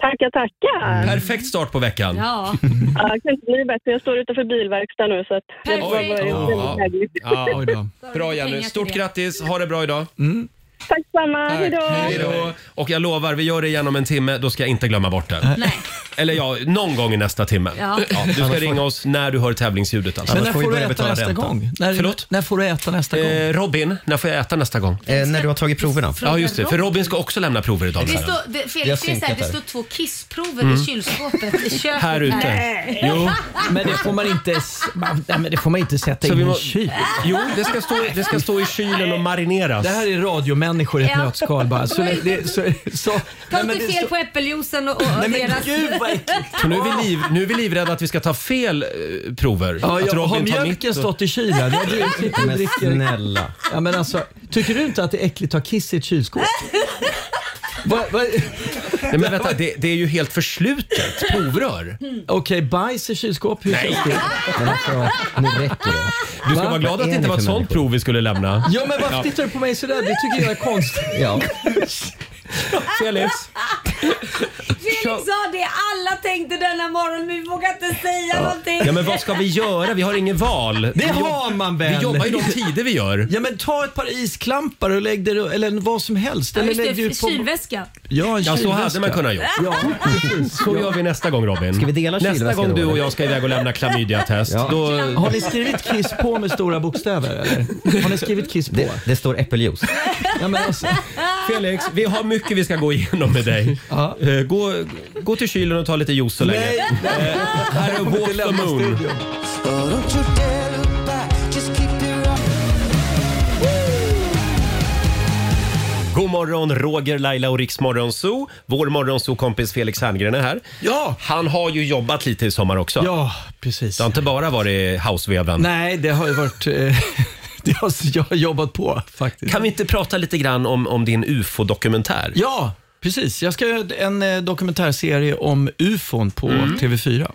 Tackar, tackar. Perfekt start på veckan. Ja. Jag kan inte bli bättre. Jag står utanför bilverkstaden nu så att jag bara Perfekt. börjar. Ja. Väldigt härligt. Ja. Oj då. Bra Jenny, stort grattis. Ha det bra idag. Mm. Tack samma. Hej då. Hej då. Och jag lovar, vi gör det igen om en timme. Då ska jag inte glömma bort det. Nej. Eller ja, någon gång i nästa timme. Ja. du ska Annars får- ringa oss när du hör tävlingsljudet. Alltså. Men när får, du äta nästa gång? När, Förlåt? När får du äta nästa gång? Eh, Robin, när får jag äta nästa gång? Eh, när du har tagit proverna. Ja, just det. För Robin ska också lämna prover idag. Det står, det, Vi har Felix, det, är så här, synkat det här. står två kissprover Mm. i kylskåpet i köket. Här ute. Jo. Men det får man inte, s- man, nej, men det får man inte sätta Så in vi i må- kyl. Jo, det ska, stå, det ska stå i kylen och marineras. Det här är radiomänniskor i ett Ja. nötskal bara. Så, det, det, så, så, Ta nej, men inte det fel står- på äppeljuicen och, och Nej, men deras... gud, vad Så nu, är vi liv, nu är vi livrädda att vi ska ta fel eh, prover. Ja, att jag, har tar mjölken mitt och- stått i kylen? Jag dricker, Men dricker. snälla. Ja, men alltså, tycker du inte att det är äckligt att ha kiss i ett kylskåp? Va, va? Nej, men vänta, det, det är ju helt förslutet provrör. Okej, bajs i kylskåp? Hur känns det? nu räcker det. Du ska vara glad att det inte var ett sånt prov vi skulle lämna. Ja, men varför tittar du på mig sådär? Det tycker jag är konstigt. Ja. Felix. Felix sa det alla tänkte denna morgon, men vi vågar inte säga någonting. Ja, men vad ska vi göra? Vi har inget val. Det vi jobb- har man väl? Vi jobbar ju de tider vi gör. Ja, men ta ett par isklampar och lägg det, eller vad som helst. Ja, Eller just lägg det det, ut på... kylväska. Ja, en Ja, så hade kylväska. man kunnat göra. Ja, precis. Så gör vi nästa gång Robin. Ska vi dela nästa kylväska gång då, du och eller? jag ska iväg och lämna klamydia-test. Ja. Då... Har ni skrivit kiss på med stora bokstäver eller? Har ni skrivit kiss på? Det, det står äppeljuice. Ja, men alltså, Felix, vi har mycket vi ska gå igenom med dig. Eh, Gå, gå till kylen och ta lite juice så länge. Nej. Eh, Här är Walk the Moon. God morgon, Roger, Laila och Riksmorgon Zoo. Vår morgonzoo-kompis Felix Herngren är här. Ja. Han har ju jobbat lite i sommar också. ja, precis. Det har inte bara varit houseveven. Nej, det har ju varit... Eh, det har jag har jobbat på faktiskt. Kan vi inte prata lite grann om, om din ufo-dokumentär? Ja, precis. Jag ska göra en eh, dokumentärserie om ufon på TV4.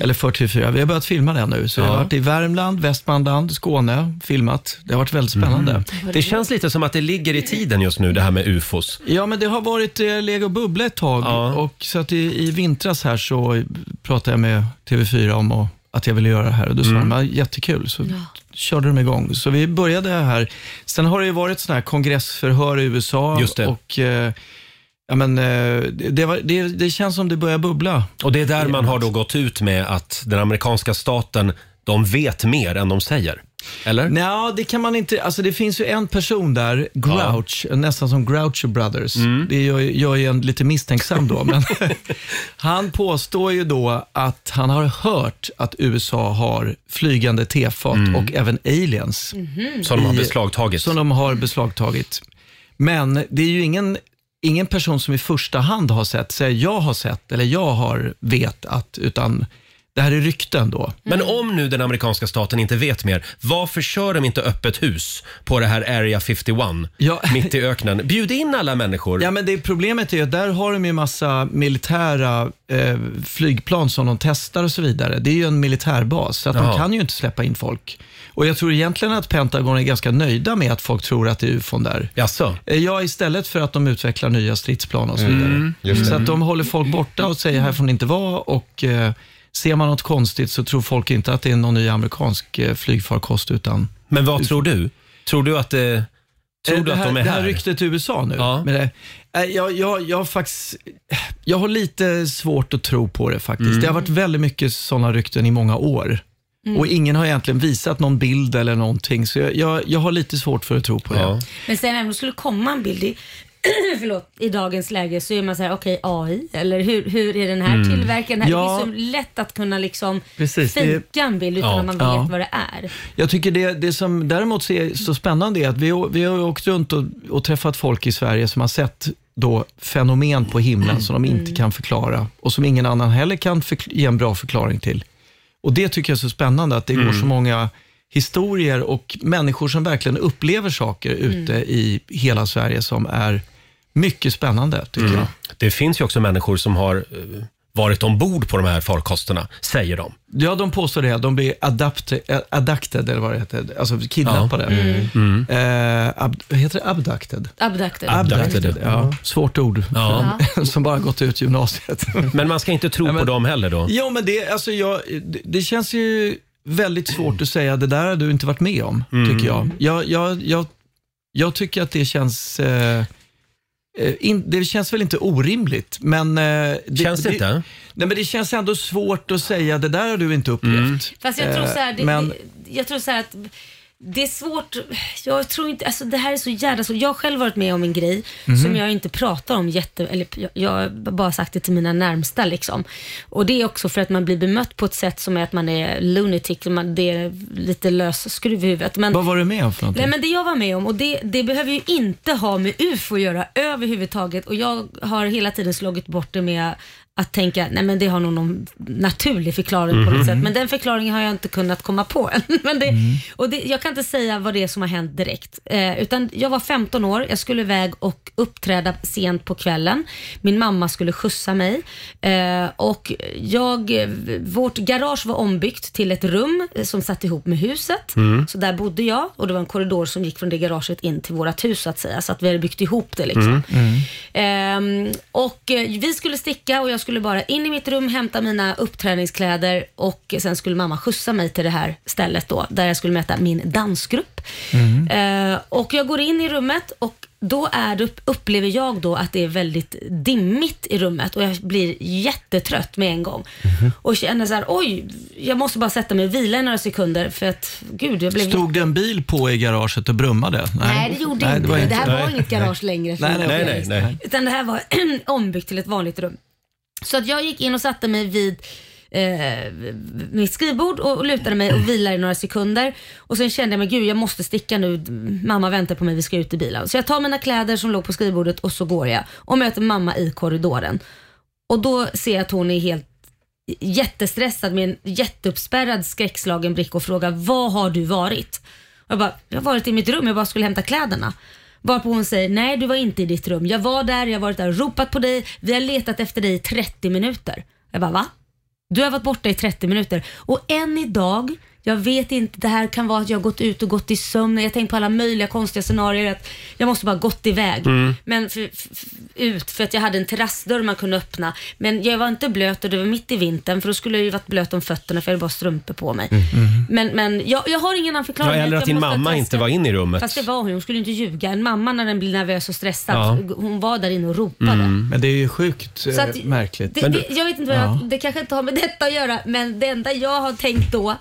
Eller för TV4. Vi har börjat filma den nu. Så Jag har varit i Värmland, Västmanland, Skåne, filmat. Det har varit väldigt spännande. Mm. Det känns lite som att det ligger i tiden just nu det här med ufos. Ja, men det har varit eh, leg och bubbla ett tag. Och så att i, i vintras här så pratade jag med TV4 om att- att jag ville göra det här och då sa Mm. de, "Ja, jättekul. Så körde de igång. Så vi började här. Sen har det ju varit sådana här kongressförhör i USA. Just det. Och, eh, ja, men, eh, det, det, var, det, det känns som det börjar bubbla. Och det är där man har då gått ut med att den amerikanska staten, de vet mer än de säger. Eller? Nej, det kan man inte. Alltså det finns ju en person där, Grouch, nästan som Groucho Brothers. Mm. Det gör, ju- gör ju en lite misstänksam då. men han påstår ju då att han har hört att USA har flygande tefat och även aliens Mm. Mhm. Som de har I- beslagtagit. som de har beslagtagit. Men det är ju ingen, ingen person som i första hand har sett, säger jag har sett eller jag har vet att, utan det här är rykten då. Men om nu den amerikanska staten inte vet mer, varför kör de inte öppet hus på det här Area 51 Ja. mitt i öknen? Bjud in alla människor. Ja, men det problemet är ju att där har de ju massa militära eh, flygplan som de testar och så vidare. Det är ju en militärbas, så att Jaha. de kan ju inte släppa in folk. Och jag tror egentligen att Pentagon är ganska nöjda med att folk tror att det är ufon där. Jaså? Eh, Ja, istället för att de utvecklar nya stridsplan och så vidare. Mm, just Så att de håller folk borta och säger här får ni inte vara och eh, ser man något konstigt så tror folk inte att det är någon ny amerikansk eh, flygfarkost utan Men vad tror du? Tror du att, eh, tror Eh, du det att här, de är Det här här? ryktet i USA nu. Ja. Med det. Eh, Jag, jag, jag, har faktiskt, jag har lite svårt att tro på det faktiskt. Det har varit Mm. väldigt mycket sådana rykten i många år. Och ingen har egentligen visat någon bild eller någonting, så jag, jag, jag har lite svårt för att tro på det. Ja. Men sen även om det skulle komma en bild, det, förlåt, i dagens läge så är man så här, okej AI eller hur, hur är den här Mm. tillverkaren? Här? Ja. Det är så lätt att kunna liksom Precis, det- fika en bild utan Ja. att man vet Ja. vad det är. Jag tycker det, det som däremot är så spännande är att vi, har- vi har ju åkt runt och, och träffat folk i Sverige som har sett då fenomen på himlen som de inte kan förklara och som ingen annan heller kan förk- ge en bra förklaring till. Och Det tycker jag är så spännande, att det går Mm. så många historier och människor som verkligen upplever saker ute i hela Sverige som är mycket spännande, tycker Mm. jag. Det finns ju också människor som har eh, varit ombord på de här farkosterna, säger de. Ja, de påstår det. De blir adapted, adapted eller vad det heter. Alltså kidnappade. Ja. Mm. Mm. Eh, ab, heter det abducted? Abducted. Ja. Svårt ord. Ja. Som bara gått ut gymnasiet. Men man ska inte tro på dem heller då? Ja, men det, alltså, jag, det, det känns ju väldigt svårt att säga det där har du inte varit med om, Mm. tycker jag. Jag, jag, jag. jag tycker att det känns... Eh, eh, in, det känns väl inte orimligt, men... Eh, det, Känns det inte? Nej, men det känns ändå svårt att säga det där har du inte upplevt. Mm. Fast jag tror Eh, så här, det, men, jag tror så här att det är svårt. Jag tror inte, alltså det här är så jävla så. Jag har själv varit med om en grej Mhm. som jag inte pratar om jätte, eller jag, jag har bara sagt det till mina närmsta liksom. Och det är också för att man blir bemött på ett sätt som är att man är lunatic, man, det är lite lös skruv i huvudet. Men, vad var du med om för någonting? Nej men det jag var med om och det, det behöver ju inte ha med UFO att göra överhuvudtaget och jag har hela tiden slagit bort det med att tänka nej men det har nog någon naturlig förklaring på Mhm. något sätt men den förklaringen har jag inte kunnat komma på än. Men det, Mm. och det, jag kan inte säga vad det är som har hänt direkt eh, utan jag var 15 år, jag skulle iväg och uppträda sent på kvällen. Min mamma skulle skjutsa mig eh, och jag, eh, vårt garage var ombyggt till ett rum eh, som satt ihop med huset. Mm. Så där bodde jag och det var en korridor som gick från det garaget in till vårt hus så att säga. Så att vi hade byggt ihop det liksom. Mm. Ehm, och eh, vi skulle sticka och jag skulle bara in i mitt rum, hämta mina uppträningskläder och sen skulle mamma skjutsa mig till det här stället då, där jag skulle möta min dansgrupp. Eh, och jag går in i rummet och då är det, upplever jag då att det är väldigt dimmigt i rummet och jag blir jättetrött med en gång. Och känner så här, oj, jag måste bara sätta mig och vila i några sekunder för att gud, jag blev Stod det en bil på i garaget och brummade? Nej, det gjorde inte var det. Det här var inget garage längre. Nej, nej, nej. nej, nej. Utan det här var ombyggt till ett vanligt rum. Så att jag gick in och satte mig vid eh, mitt skrivbord och lutade mig och vilade i några sekunder. Och sen kände jag mig, gud jag måste sticka nu. Mamma väntar på mig, vi ska ut i bilen. Så jag tar mina kläder som låg på skrivbordet och så går jag och möter mamma i korridoren. Och då ser jag att hon är helt jättestressad med en jätteuppspärrad skräckslagen blick och frågar Var har du varit? Och jag bara, jag har varit i mitt rum, jag bara skulle hämta kläderna. Varpå hon säger, nej du var inte i ditt rum. Jag var där, jag har varit där och ropat på dig. Vi har letat efter dig i 30 minuter. Jag bara, va? Du har varit borta i 30 minuter och än idag, jag vet inte, det här kan vara att jag har gått ut och gått i sömnen. Jag har tänkt på alla möjliga konstiga scenarier. Att jag måste bara gått iväg. Mm. Men för, f- ut för att jag hade en terrassdörr man kunde öppna. Men jag var inte blöt och det var mitt i vintern för då skulle jag ju varit blöt om fötterna för jag hade bara strumpor på mig. Mm. Men, men jag, jag har Mm. ingen annan Ja, förklaring. eller Jag att din måste ha mamma testat. inte var inne i rummet. Fast det var hon, hon skulle ju inte ljuga. En mamma när den blir nervös och stressad, Ja. hon var där inne och ropade. Mm. Mm. Men det är ju sjukt Så eh, att- märkligt. Det, det, jag vet inte vad jag, det kanske inte har med detta att göra men det enda jag har tänkt då,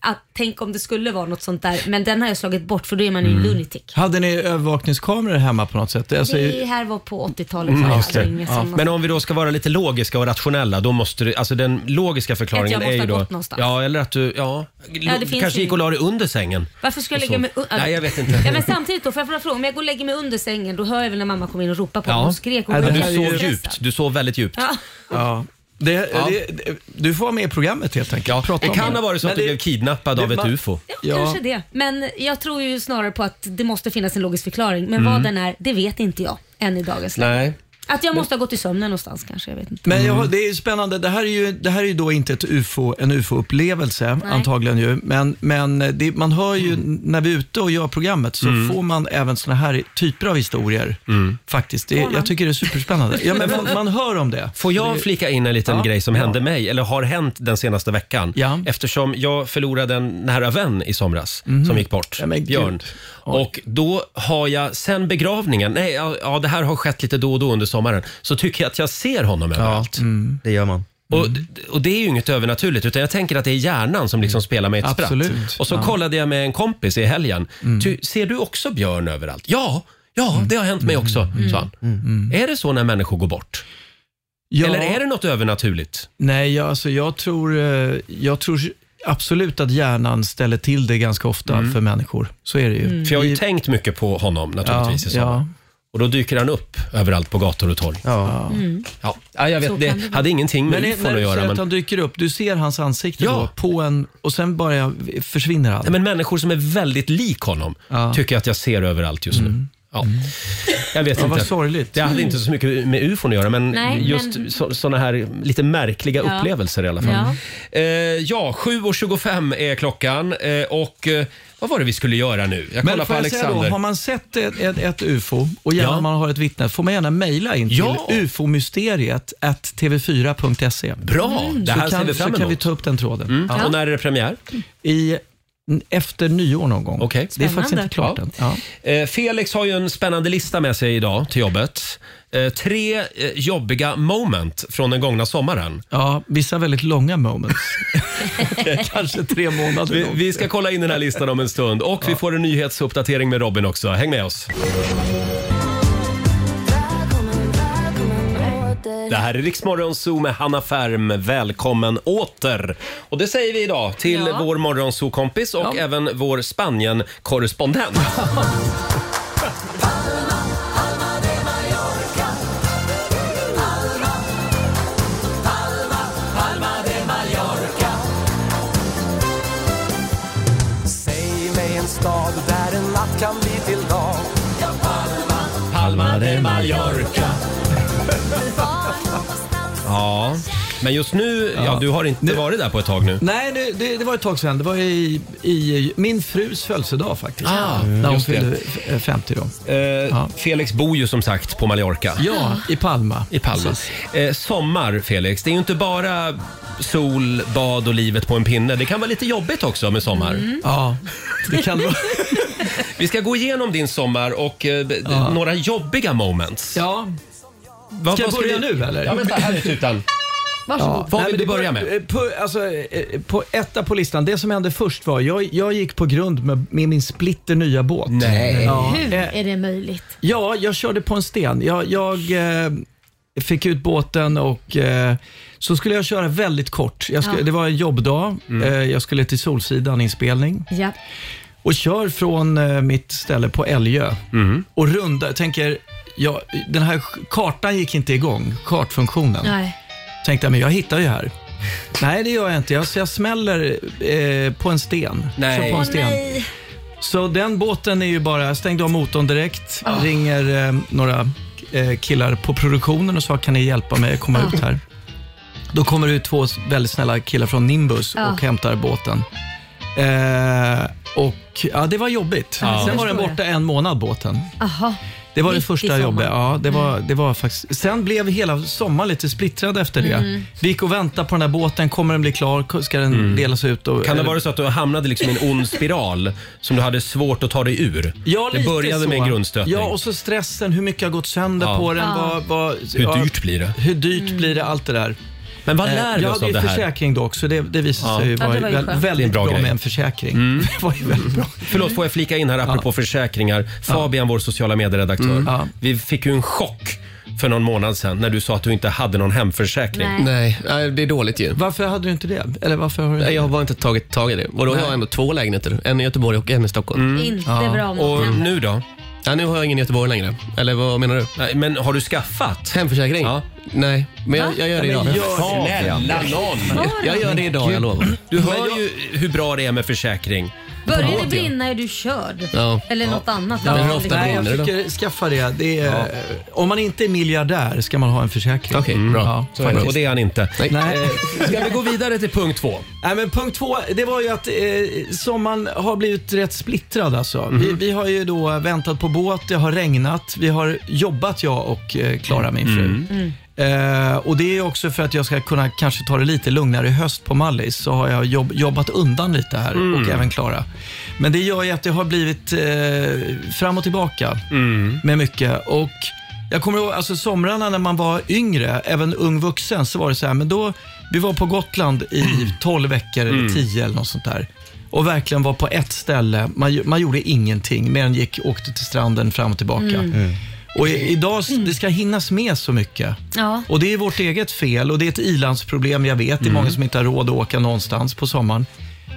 att tänk om det skulle vara något sånt där, men den har jag slagit bort för då är man ju Mm. lunatic. Hade ni övervakningskameror hemma på något sätt? Alltså, Det här var på 80-talet. Mm, så okej. liksom. det är inget som man- Men om vi då ska vara lite logiska och rationella, då måste det, alltså den logiska förklaringen måste är ju ha då... gått någonstans. Ja, eller att du, ja, Ja, det lo- finns kanske ju- gick och la dig under sängen. Varför ska jag Och lägga så. mig un- Nej, jag vet inte. Ja, men samtidigt då, får jag fråga, om jag går och lägger mig under sängen då hör jag väl när mamma kom in och ropade på mig. Ja. Hon skrek och Ja, var du sov jättestressad. djupt. Du sov väldigt djupt. Ja. ja. Det, det- det, du får vara med i programmet helt enkelt. Prata Det om kan ha varit så Men att du det- blev kidnappad det- av ett man- UFO. Kanske det. Men jag tror ju snarare på att det måste finnas en logisk förklaring. Men Mm. vad den är, det vet inte jag än i dagens läge. Nej. Att jag måste ha gått i sömnen någonstans kanske, jag vet inte. Men Mm. jag, har- det är ju spännande. Det här är ju, det här är ju då inte ett UFO, en UFO-upplevelse Nej. antagligen ju. Men, men det, man hör ju Mm. när vi är ute och gör programmet så Mm. får man även såna här typer av historier faktiskt. Det, Mm. Får man? jag tycker det är superspännande. Ja, men man, man hör om det. Får jag Det- flika in en liten Ja. grej som Ja. hände mig, eller har hänt den senaste veckan? Eftersom jag förlorade en nära vän i somras Mhm. som gick bort, Björn. Och då har jag, sen begravningen, nej, ja, ja, det här har skett lite då och då under sommaren, så tycker jag att jag ser honom överallt. Mm. Det gör man. Och, och det är ju inget övernaturligt, utan jag tänker att det är hjärnan som liksom spelar mig ett spratt. Absolut. Och så Ja. Mm. kollade jag med en kompis i helgen. Ty, ser du också björn överallt? Ja! Ja, det har hänt mig också, Mm. sa han. Är det så när människor går bort? Ja. Eller är det något övernaturligt? Nej, jag, alltså, jag, tror, eh, jag tror absolut att hjärnan ställer till det ganska ofta Mm. för människor. Så är det ju. Mm. För jag har ju tänkt mycket på honom naturligtvis Ja, i sommar. ja. Och då dyker han upp överallt på gator och torg. Ja. Mm. Ja, jag vet, det hade ingenting med men ufon när att du göra. säger Men... att han dyker upp, du ser hans ansikte Ja. då, på en, och sen bara försvinner han. Nej, men människor som är väldigt lik honom tycker jag att jag ser överallt just nu. Ja. Jag vet Mm. Ja, inte. vad sorgligt. Det hade inte så mycket med ufon att göra, men Nej, just men- så, såna här lite märkliga Ja. upplevelser i alla fall. Ja. Eh, ja, 7.25 är klockan eh, och eh, vad var det vi skulle göra nu? Jag kollar Men på får jag säga Alexander. då, har man sett ett, ett, ett ufo och gärna man har ett vittne, får man gärna mejla in till Ja. ufomysteriet at tv4.se. Bra, det här så ser kan, vi fram Så kan vi emot. ta upp den tråden. Mm. Och när är det premiär? I, efter nyår någon gång. Okej. Det är faktiskt inte klart Ja. än. Eh, Felix har ju en spännande lista med sig idag till jobbet. Eh, tre eh, jobbiga moment från den gångna sommaren. Ja, vissa väldigt långa moments. Kanske tre månader vi, långt. vi ska kolla in den här listan om en stund och vi får en nyhetsuppdatering med Robin också. Häng med oss. Det här är Riksmorgon Zoo med Hanna Färm. Välkommen åter! Och det säger vi idag till Ja. vår morgonzoo-kompis och även vår Spanien-korrespondent. Säg mig en stad där en natt kan bli till dag. Ja, Palma, Palma de Mallorca. Ja, men just nu, ja, du har inte varit där på ett tag nu. Nej, det, det, det var ett tag sedan. Det var i, i min frus födelsedag faktiskt. Ah, när hon just det. fyllde f- 50 då. Eh, Felix bor ju som sagt på Mallorca. Ja, i Palma. I Palma. Eh, sommar, Felix, det är ju inte bara sol, bad och livet på en pinne. Det kan vara lite jobbigt också med sommar. Ja, det kan vara. Vi ska gå igenom din sommar och eh, b- några jobbiga moments. Ja. Vad- Ska jag vad börja vi- nu, eller? Ja, vänta, här är tutan. Ja, Vad nej, men vill du det börja var- med? eh, På, alltså, eh, på etta på listan, det som hände först var jag, jag gick på grund med, med min splitter nya båt. Nej. Ja, Hur eh, är det möjligt? Ja, jag körde på en sten. Jag, jag eh, fick ut båten och eh, så skulle jag köra väldigt kort. Jag skulle, Ja. Det var en jobbdag. Eh, jag skulle till Solsidan inspelning. Ja. Och kör från eh, mitt ställe på Älgö och runda. Jag tänker, ja, den här kartan gick inte igång, kartfunktionen. Nej. Tänkte jag, men jag hittar ju här. Nej, det gör jag inte. Jag, så jag smäller eh, på en sten. Nej. Så på en Åh, sten. nej. Så den båten är ju bara, jag stängde av motorn direkt, ringer eh, några eh, killar på produktionen och sa, kan ni hjälpa mig att komma Ah. ut här? Då kommer det ut två väldigt snälla killar från Nimbus Ja. och hämtar båten. Eh, och ja, det var jobbigt. Ja, Sen jag var den förstår borta en månad, båten. Aha. Det var det Mitt i första sommaren. jobbet. Ja, det var, Mm. det var faktiskt. Sen blev hela sommaren lite splittrad efter det. Mm. Vi gick och väntade på den här båten. Kommer den bli klar? Ska den delas ut? Och, Kan det vara så att du hamnade liksom i en ond spiral som du hade svårt att ta dig ur? Ja, det lite började så. med en grundstötning. Ja, och så stressen. Hur mycket har gått sönder Ja. på den? Ja. Mm. Vad, vad, Hur dyrt blir det? Hur dyrt blir det? Allt det där. Men vad Eh, lär vi jag oss hade av ju det här? försäkring dock, så det, det visade Ja. sig ju Ja, det vara var ju väl- skönt. Det är en väldigt bra bra, grej. med en försäkring. Det var ju väldigt bra. Mm. Förlåt, får jag flika in här apropå försäkringar? Fabian, vår sociala medieredaktör. Mm. Ja. Vi fick ju en chock för någon månad sedan när du sa att du inte hade någon hemförsäkring. Nej. Nej, det är dåligt ju. Varför hade du inte det? Eller varför har du Nej, jag har bara inte tagit tag i det. Och då har Nej. jag ändå två lägenheter. En i Göteborg och en i Stockholm. Inte bra om Och någon Mm. nu då? Ja, nu har jag ingen i Göteborg längre. Eller vad menar du? Nej, men har du skaffat? Hemförsäkring? Nej, men jag, jag gör det Ja, idag. men gör det. Snälla någon. Jag gör det idag, jag lovar. Du hör ju hur bra det är med försäkring. Börjar det brinna är du körd. Ja. Eller något annat. Nej, jag brinner det då? tycker skaffa det. det är, eh, Om man inte är miljardär ska man ha en försäkring. Mm. Okej, bra. Så är det. faktiskt. Och det är han inte. Nej. Eh, Ska vi gå vidare till punkt två? Nej, men punkt två, det var ju att eh, sommaren har blivit rätt splittrad alltså. Vi, vi har ju då väntat på båt, det har regnat, vi har jobbat jag och eh, Klara, min fru. Eh, och det är också för att jag ska kunna kanske ta det lite lugnare i höst på Mallis, så har jag jobb, jobbat undan lite här Mm. och även Klara. Men det gör ju att det har blivit eh, fram och tillbaka med mycket. Och jag kommer ihåg, alltså somrarna när man var yngre, även ung vuxen, så var det så här, men då, vi var på Gotland i 12 veckor eller 10 eller något sånt där. och verkligen var på ett ställe. Man, ju- man gjorde ingenting, mer än gick, åkte till stranden fram och tillbaka. Mm. Mm. Och i, idag, s- det ska hinnas med så mycket. Ja. Och det är vårt eget fel och det är ett ilandsproblem, jag vet. Det är många som inte har råd att åka någonstans på sommaren.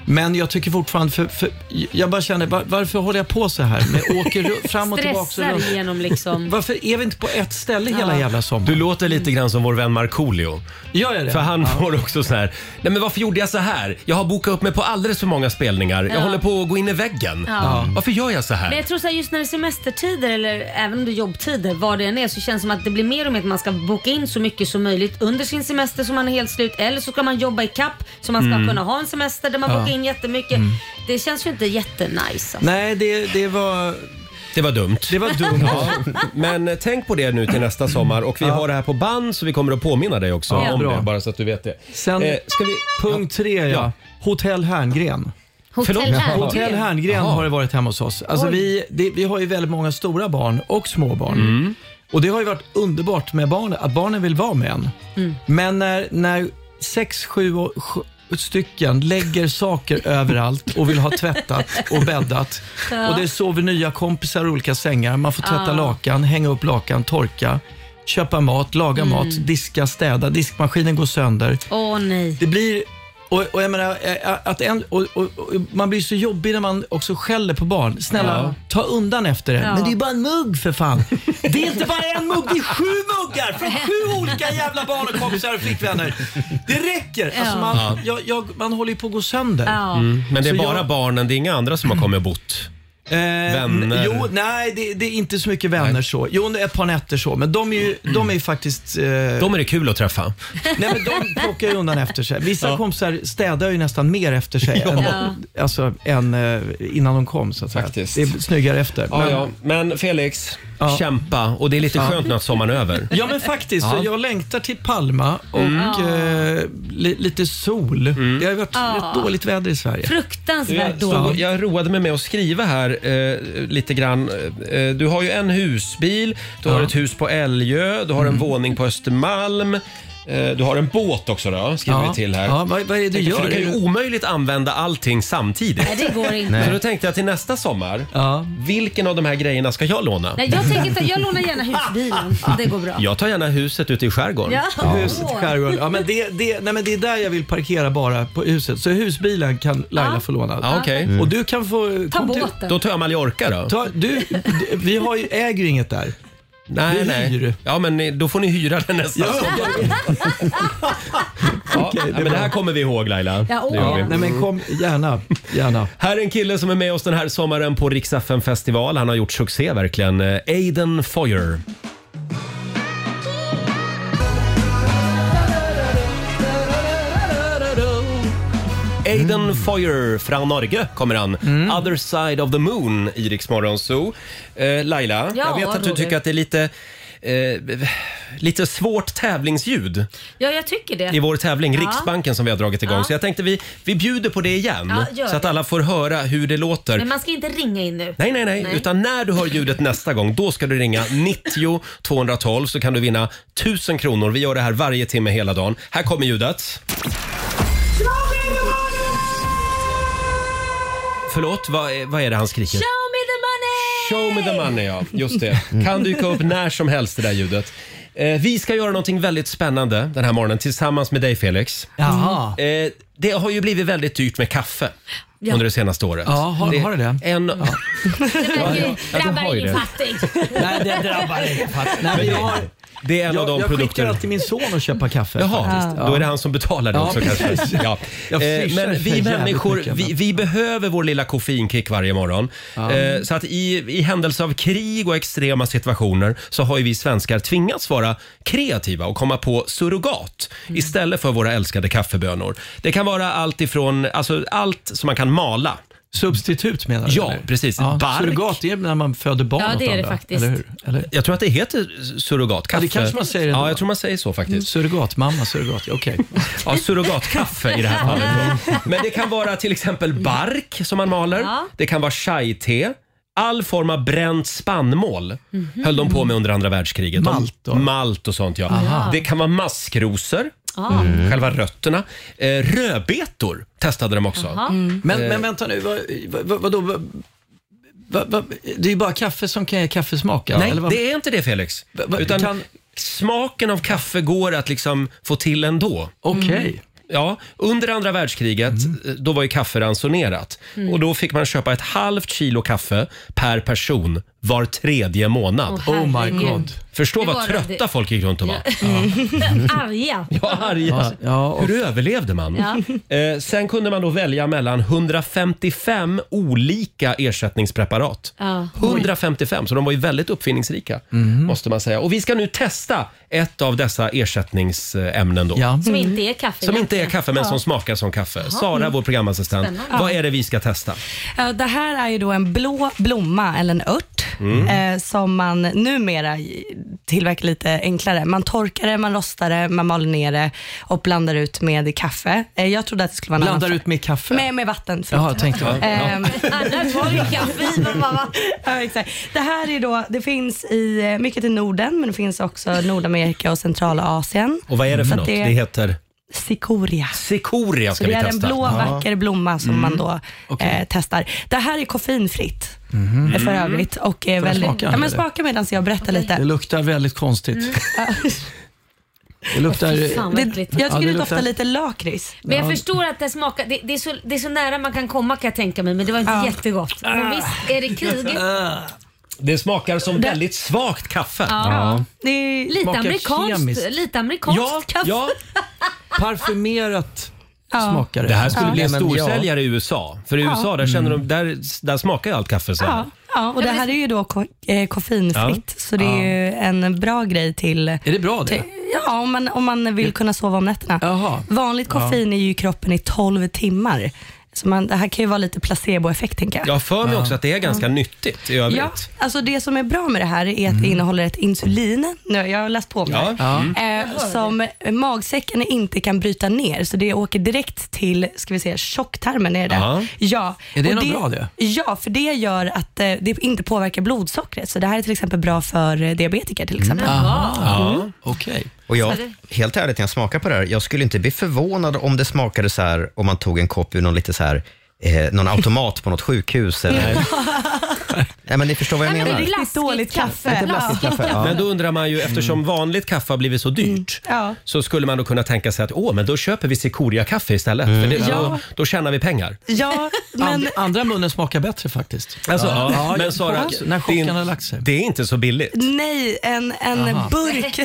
Men jag tycker fortfarande, för, för, jag bara känner, var, varför håller jag på så här? Med, åker ru- fram och tillbaka. och Stressar runt? igenom liksom. Varför är vi inte på ett ställe hela Ja. jävla sommaren? Du låter lite grann som vår vän Markoolio. Gör jag det? För han får också så här. Nej men varför gjorde jag så här? Jag har bokat upp mig på alldeles för många spelningar. Ja. Jag håller på att gå in i väggen. Ja. Varför gör jag så här? Men jag tror så här, just när det är semestertider eller även om det är jobbtider, vad det än är, så känns det som att det blir mer och mer att man ska boka in så mycket som möjligt under sin semester så man är helt slut. Eller så ska man jobba i kapp så man ska Mm. kunna ha en semester där man Ja. bokar in jättemycket. Mm. Det känns ju inte jättenice. Alltså. Nej, det, det var... Det var dumt. Det var dumt. Men eh, tänk på det nu till nästa sommar och vi har det här på band så vi kommer att påminna dig också Ja, om bra. det. Bara så att du vet det. Sen, Eh, ska vi... punkt tre, ja. Hotell Herngren. Hotell Förlåt? Herngren? Hotell Herngren Jaha. har det varit hemma hos oss. Alltså Oj. vi, det, vi har ju väldigt många stora barn och små barn. Mm. Och det har ju varit underbart med barnen, att barnen vill vara med en. Mm. Men när, när sex, sju och sju stycken lägger saker överallt och vill ha tvättat och bäddat. Ja. Och det sover nya kompisar i olika sängar. Man får tvätta Ja. lakan, hänga upp lakan, torka, köpa mat, laga Mm. mat, diska, städa. Diskmaskinen går sönder. Åh nej. Det blir... Och, och jag menar, eh, att en, och, och, och, man blir så jobbig när man också skäller på barn. Snälla, Ja. ta undan efter det. Ja. Men det är ju bara en mugg för fan. Det är inte bara en mugg, det är sju muggar från sju olika jävla barn och kompisar och flickvänner. Det räcker. Alltså Ja. man, Ja. jag, jag, man håller ju på att gå sönder. Mm. Men det är Så bara jag- Eh, barnen, det är inga andra som har kommit och bott? Vänner? Jo, nej, det, det är inte så mycket vänner så. Jo, ett par nätter så, men de är ju, de är ju faktiskt... Eh... De är det kul att träffa. Nej, men de plockar ju undan efter sig. Vissa kompisar städar ju nästan mer efter sig Ja. än, alltså, än eh, innan de kom. Så att säga. Faktiskt. Det är snyggare efter. Ja, ja. men Felix, kämpa. Och det är lite Ja. skönt nu att sommaren är över. Ja men faktiskt, Ja. Mm. så jag längtar till Palma och eh, li, lite sol. Det har ju varit Ja. rätt dåligt väder i Sverige. Fruktansvärt jag, dåligt. jag roade mig med att skriva här eh, lite grann. Eh, du har ju en husbil, du har ett hus på Älgö, du har en våning på Östermalm. eh, Du har en båt också då, skriver Ja. vi till här. Ja, vad- vad är det du Tänkte, gör? för Det kan ju omöjligt använda allting samtidigt. Nej, det går inte. Så då tänkte jag till nästa sommar, vilken av de här grejerna ska jag låna? Nej, jag tänker inte, jag lånar gärna husbilen. Det går bra. Jag tar gärna huset ute i skärgården. Ja. Huset i skärgården. Ja, men det, det, nej, men det är där jag vill parkera bara, på huset. Så husbilen kan Laila få låna. Ja, okej. Mm. Och du kan få... Ta kom till- båten. Då tar jag Mallorca då. Ta, du, d- vi har ju, äger ju inget där. Nej, Vi nej. Ja, men ni- då får ni hyra den nästa Ja, sommar. Ja, Okej, det är men det bra. här kommer vi ihåg Laila. Ja, åh, Det gör vi. ja. Nej, men kom, gärna. gärna. Här är en kille som är med oss den här sommaren på Rix FM festival. Han har gjort succé verkligen. Eh, Aiden Foyer. Aiden Mm. Foyer från Norge kommer han. Other side of the moon i Rix Morgon Zoo. Eh, Laila, Ja, jag vet att du Roger. tycker att det är lite, eh, lite svårt tävlingsljud Ja, jag tycker det. i vår tävling Ja. Riksbanken som vi har dragit igång. Ja. Så jag tänkte vi, vi bjuder på det igen Ja, gör så att det. alla får höra hur det låter. Men man ska inte ringa in nu. Nej, nej, nej, Utan när du hör ljudet nästa gång, då ska du ringa 90 212 så kan du vinna 1000 kronor. Vi gör det här varje timme hela dagen. Här kommer ljudet. Förlåt, vad, är- vad är det han skriker? Show me the money! Show me the money, ja. Just det. Mm. Kan dyka upp när som helst det där ljudet. Eh, vi ska göra någonting väldigt spännande den här morgonen tillsammans med dig Felix. Jaha. Eh, det har ju blivit väldigt dyrt med kaffe Ja. under det senaste året. Ja, har- har det det? En, ja. Ja, ja. Ja, du har Drabbar ju ingen det. fattig. Nej, det drabbar ingen fattig. Nej, Men men jag, det- har, Det är en av de jag, jag skickar produkter... alltid min son att köpa kaffe. Jaha, faktiskt. då är det han som betalar det Ja, också kanske. precis. Ja. Jag Eh, swishar Men för vi jävligt människor, mycket, vi, men- vi behöver vår lilla koffeinkick varje morgon. Eh, Så att i, i händelse av krig och extrema situationer så har ju vi svenskar tvingats vara kreativa och komma på surrogat Mm. istället för våra älskade kaffebönor. Det kan vara allt ifrån, alltså allt som man kan mala. Substitut menar du? Ja, eller? precis. Ja, Bark. Surrogat det är när man föder barn Ja, det åt är det andra, faktiskt. Eller hur? Eller? Jag tror att det heter surrogatkaffe. Ja, det kanske man säger ändå. Ja, jag tror man säger så faktiskt. Surrogatmamma, surrogat. Okej. Ja, surrogatkaffe i det här fallet. då. Men det kan vara till exempel bark som man maler. Ja. Det kan vara chai-te. All form av bränt spannmål höll de på med under andra världskriget. De- Malt då? Malt och sånt ja. Aha. Det kan vara maskrosor. Ah. Mm. Själva rötterna. Eh, rödbetor testade de också. Mm. Men, Eh, men vänta nu, vad, vad, vadå? Vad, vad, vad, det är ju bara kaffe som kan ge kaffesmak. Nej, eller vad? det är inte det Felix. va- Utan kan- smaken av kaffe går att liksom få till ändå. Okej. Mm. Ja, under andra världskriget eh, då var ju kaffe ransonerat. Mm. Och då fick man köpa ett halvt kilo kaffe per person var tredje månad. Åh, Oh my herregud. God. Förstå Det vad var- trötta det- folk gick runt och var. Arga. Ja, arga. Hur överlevde man? Eh, sen kunde man då välja mellan 155 olika ersättningspreparat. Ja. 155, så de var ju väldigt uppfinningsrika. Måste man säga. Och vi ska nu testa ett av dessa ersättningsämnen då. Som inte är kaffe. Som inte är kaffe men Ja. som smakar som kaffe. Sara, Mm. vår programassistent. Spännande. Vad Ja. är det vi ska testa? Ja, Eh, Det här är ju då en blå blomma eller en ört Mm. eh, som man numera tillverkar lite enklare. Man torkar det, man rostar det, man maler ner det och blandar ut med kaffe. Eh, jag trodde att det skulle vara en Blandar annan ut med kaffe? Med, med vatten. Eh, Jaha, jag tänkte- Ja. Annars var det ju kaffe i, men mamma. ja, exakt. Det här är då, det finns i, eh, mycket i Norden, men det finns också Nordamerika och Centralasien. Och vad är det Så för Mm. att något? Det heter? Sikoria. Sikoria Så ska det vi är testa. en blå vacker blomma som Mm. man då eh, testar. Det här är koffeinfritt Mhm. eh, för övrigt. Och är jag väldigt, smaka, ja, men eller? smaka medan jag berättar lite. Mm. Det luktar väldigt konstigt. Det luktar... Fy fan, vad Det- äckligt. jag tycker det doftar lite lakrits. Men jag Ja. förstår att det smakar, det, det, är så, det är så nära man kan komma kan jag tänka mig, men det var inte jättegott. Ah. Men visst är det krig? Det smakar som väldigt svagt kaffe. Ja. Det är Lite smakar amerikanskt, kemiskt. lite amerikanskt Ja, kaffe. ja. Parfymerat smakar det. Det här skulle bli en Men ja. storsäljare i USA. För i Ja. USA där, känner Mm. de, där, där smakar ju allt kaffe så. Ja, ja, och det här är ju då ko- eh, koffeinfritt, Ja. så det är ju en bra grej till... Är det bra det? Ja, om man, om man vill kunna sova om nätterna. Vanligt koffein är ju i kroppen i 12 timmar. Så man, det här kan ju vara lite placeboeffekt tänker jag. Jag har för mig också att det är ganska nyttigt i övrigt. Ja, alltså det som är bra med det här är att Mm. det innehåller ett insulin, nu, jag har läst på om Ja. det här, eh, som magsäcken inte kan bryta ner. Så det åker direkt till, ska vi säga, tjocktarmen är det där. Ja. Ja. Är det och något bra det? Ja, för det gör att eh, det inte påverkar blodsockret. Så det här är till exempel bra för eh, diabetiker till exempel. Mm. Okej. Och jag, Så det- helt ärligt, när jag smakar på det här, jag skulle inte bli förvånad om det smakade så här, om man tog en kopp ur någon lite så här, eh, någon automat på något sjukhus eller... Nej, men ni förstår vad jag Nej, men menar. det är riktigt dåligt kaffe. Lite blaskigt kaffe, ja. Men då undrar man ju, eftersom vanligt kaffe har blivit så dyrt, Mm. Ja. så skulle man då kunna tänka sig att åh, men då köper vi Sikoria-kaffe istället. För det, Mm. Ja. då, då tjänar vi pengar. Ja, men... Andra munnen smakar bättre faktiskt. Alltså, ja. men jag- Sara, när det, chocken har lagt sig. är, det är inte så billigt. Nej, en, en Aha. burk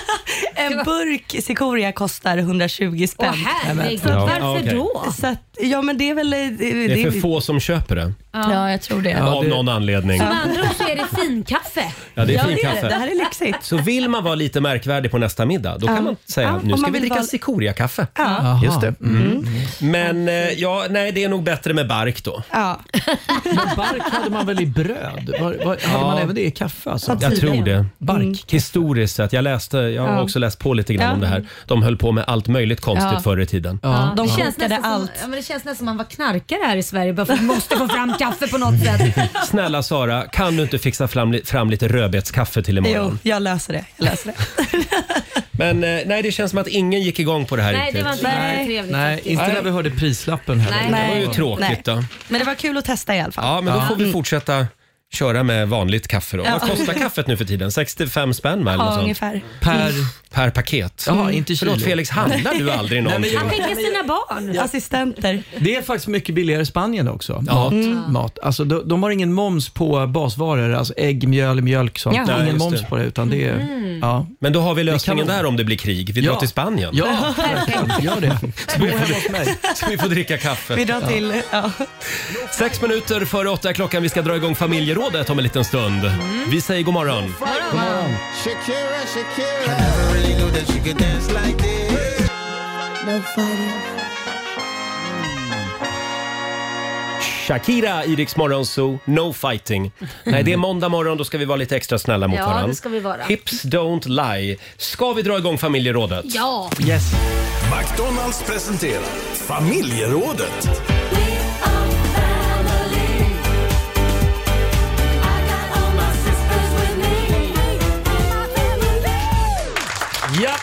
En burk cikoria kostar 120 spänn. Åh, herregud, Ja, varför ja, okej. då? Så att, ja, men det är väl... Det, Det är för få som köper det. Ja, jag tror det. Av någon anledning. Som andra ord så är det finkaffe. Ja, det är det, finkaffe. är det. det här är lyxigt. Så vill man vara lite märkvärdig på nästa middag, då kan Ja. man säga Ja, nu om ska vi man vill dricka vara- Sikoria-kaffe. Ja. Aha. Just det. Mm. Men eh, ja, nej, det är nog bättre med bark då. Ja. Men bark hade man väl i bröd? Var, var, hade Ja. man även det i kaffe? Alltså? Jag tror det. Bark. Historiskt sett, jag, läste, jag har Ja. också läst på lite grann Ja. om det här. De höll på med allt möjligt konstigt Ja. förr i tiden. Ja, De det, känns kokade nästan allt. Som, ja, men det känns nästan som man var knarkare här i Sverige bara för att vi måste få fram kaffe på något sätt. Snälla Sara, kan du inte fixa fram, li- fram lite rödbetskaffe till Jo, imorgon? jag löser det. Jag löser det. Men eh, nej, det känns som att ingen gick igång på det här Nej, det riktigt. var inte Nej. så trevligt Nej, faktiskt. inte Nej. när vi hörde prislappen heller. Det var ju tråkigt Nej. då. Men det var kul att testa i alla fall. Ja, men då får Mm. vi fortsätta köra med vanligt kaffe då. Ja. Vad kostar kaffet nu för tiden? 65 spänn va? eller Ja, något sånt? ungefär. Per, per paket. Jaha, inte kilo. Förlåt Felix, handlar du aldrig Nej, men någonting? jag- Skicka sina barn. Assistenter. Det är faktiskt mycket billigare i Spanien också. Mat. Mat. Alltså, de, de har ingen moms på basvaror, alltså ägg, mjöl, mjölk sånt. Ja. Ja, Ingen just moms det. på det. Utan det är, ja. Men då har vi Det lösningen är kanon. där om det blir krig. Vi drar Ja. till Spanien. Ja, verkligen. Gör det. Så vi, får, så vi får dricka kaffe. Vi drar till... Ja. Sex minuter före åtta är klockan. Vi ska dra igång familjerådet om en liten stund. Mm. Vi säger god morgon. Shakira, Shakira. I never really knew that she could dance like this. Shakira i Rix Morgon Zoo, No fighting. Nej, det är måndag morgon. Då ska vi vara lite extra snälla mot Ja, varandra. det ska vi vara. Hips don't lie. Ska vi dra igång familjerådet? Ja. Yes. McDonalds presenterar familjerådet. Ja,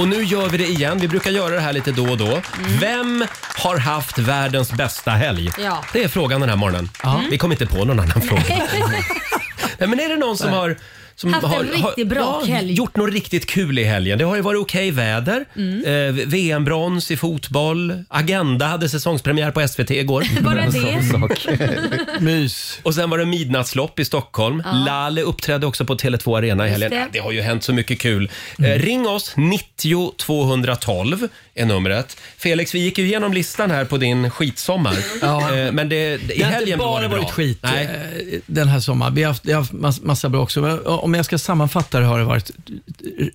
Och nu gör vi det igen. Vi brukar göra det här lite då och då. Vem har haft världens bästa helg? Ja. Det är frågan den här morgonen. Vi kom inte på någon annan fråga. Nej, men är det någon som Nej. har som Haft en har, riktig brakhelg. gjort något riktigt kul i helgen. Det har ju varit okej väder. Mm. Eh, VM-brons i fotboll. Agenda hade säsongspremiär på SVT igår. Bara En det? sån sak. Mys. Och sen var det midnattslopp i Stockholm. Ja. Lale uppträdde också på Tele2 Arena i Just helgen. det. Det. det har ju hänt så mycket kul. Mm. Eh, ring oss, 90 212 är numret. Felix, vi gick ju igenom listan här på din skitsommar. Ja. Eh, men det, det, i Det har inte helgen var bara det bra. varit skit Nej. eh, den här sommaren. Vi har haft, vi har haft mass- massa bra också. Men eh, om jag ska sammanfatta det har det varit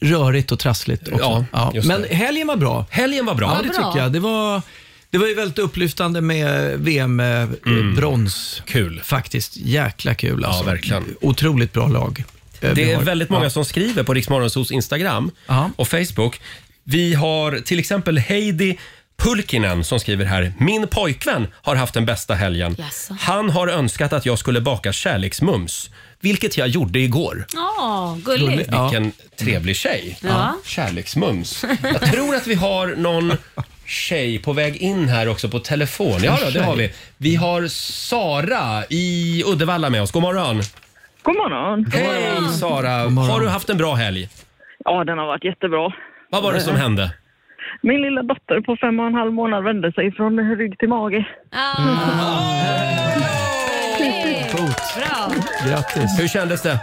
rörigt och trassligt. Också. Ja, just Men det. helgen var bra. Helgen var bra. Ja, Vad det bra. tycker jag. Det var, det var ju väldigt upplyftande med VM-brons. Mm. Kul. Faktiskt jäkla kul. Alltså. Ja, verkligen. Otroligt bra lag. eh, vi Det är har. väldigt många Ja. som skriver på Riksmorgonsos Instagram och Facebook. Vi har till exempel Heidi Pulkinen som skriver här. Min pojkvän har haft den bästa helgen. Jaså. Han har önskat att jag skulle baka kärleksmums, vilket jag gjorde igår. Ja, gulligt. Vilken trevlig tjej. Ja. Kärleksmums. Jag tror att vi har någon tjej på väg in här också på telefon. Ja, då, det har vi. Vi har Sara i Uddevalla med oss. God morgon. God morgon. Hej Sara. Har du haft en bra helg? Ja, den har varit jättebra. Vad var det som hände? Min lilla dotter på fem och en halv månad vände sig från rygg till mage. Ah, Bra. Grattis. Hur kändes det?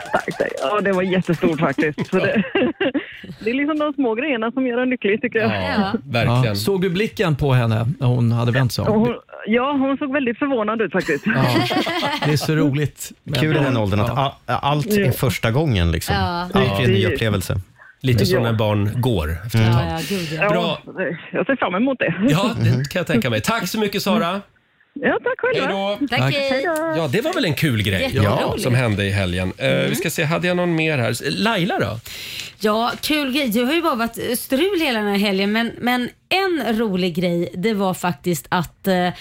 Ja, det var jättestort faktiskt. Så det, det är liksom de små grejerna som gör en lycklig tycker jag. Ja. Ja. Såg du blicken på henne när hon hade vänt sig Och om? Oh. Hon, ja, hon såg väldigt förvånad ut faktiskt. Det är så roligt. Kul i den åldern att a- allt är första gången. Liksom. Ja. Allt är en ny Precis. upplevelse. Lite som Ja. när barn går efter ett tag. Bra. Ja, jag ser fram emot det. Ja, det kan jag tänka mig. Tack så mycket Sara. Ja, tack själva. Hej då. Tack. Hej då. Ja, det var väl en kul grej Jätteroligt. Mm. som hände i helgen. Eh, Vi ska se, hade jag någon mer här? Laila då? Ja, kul grej. Det har ju bara varit strul hela den här helgen men, men en rolig grej det var faktiskt att eh, eh,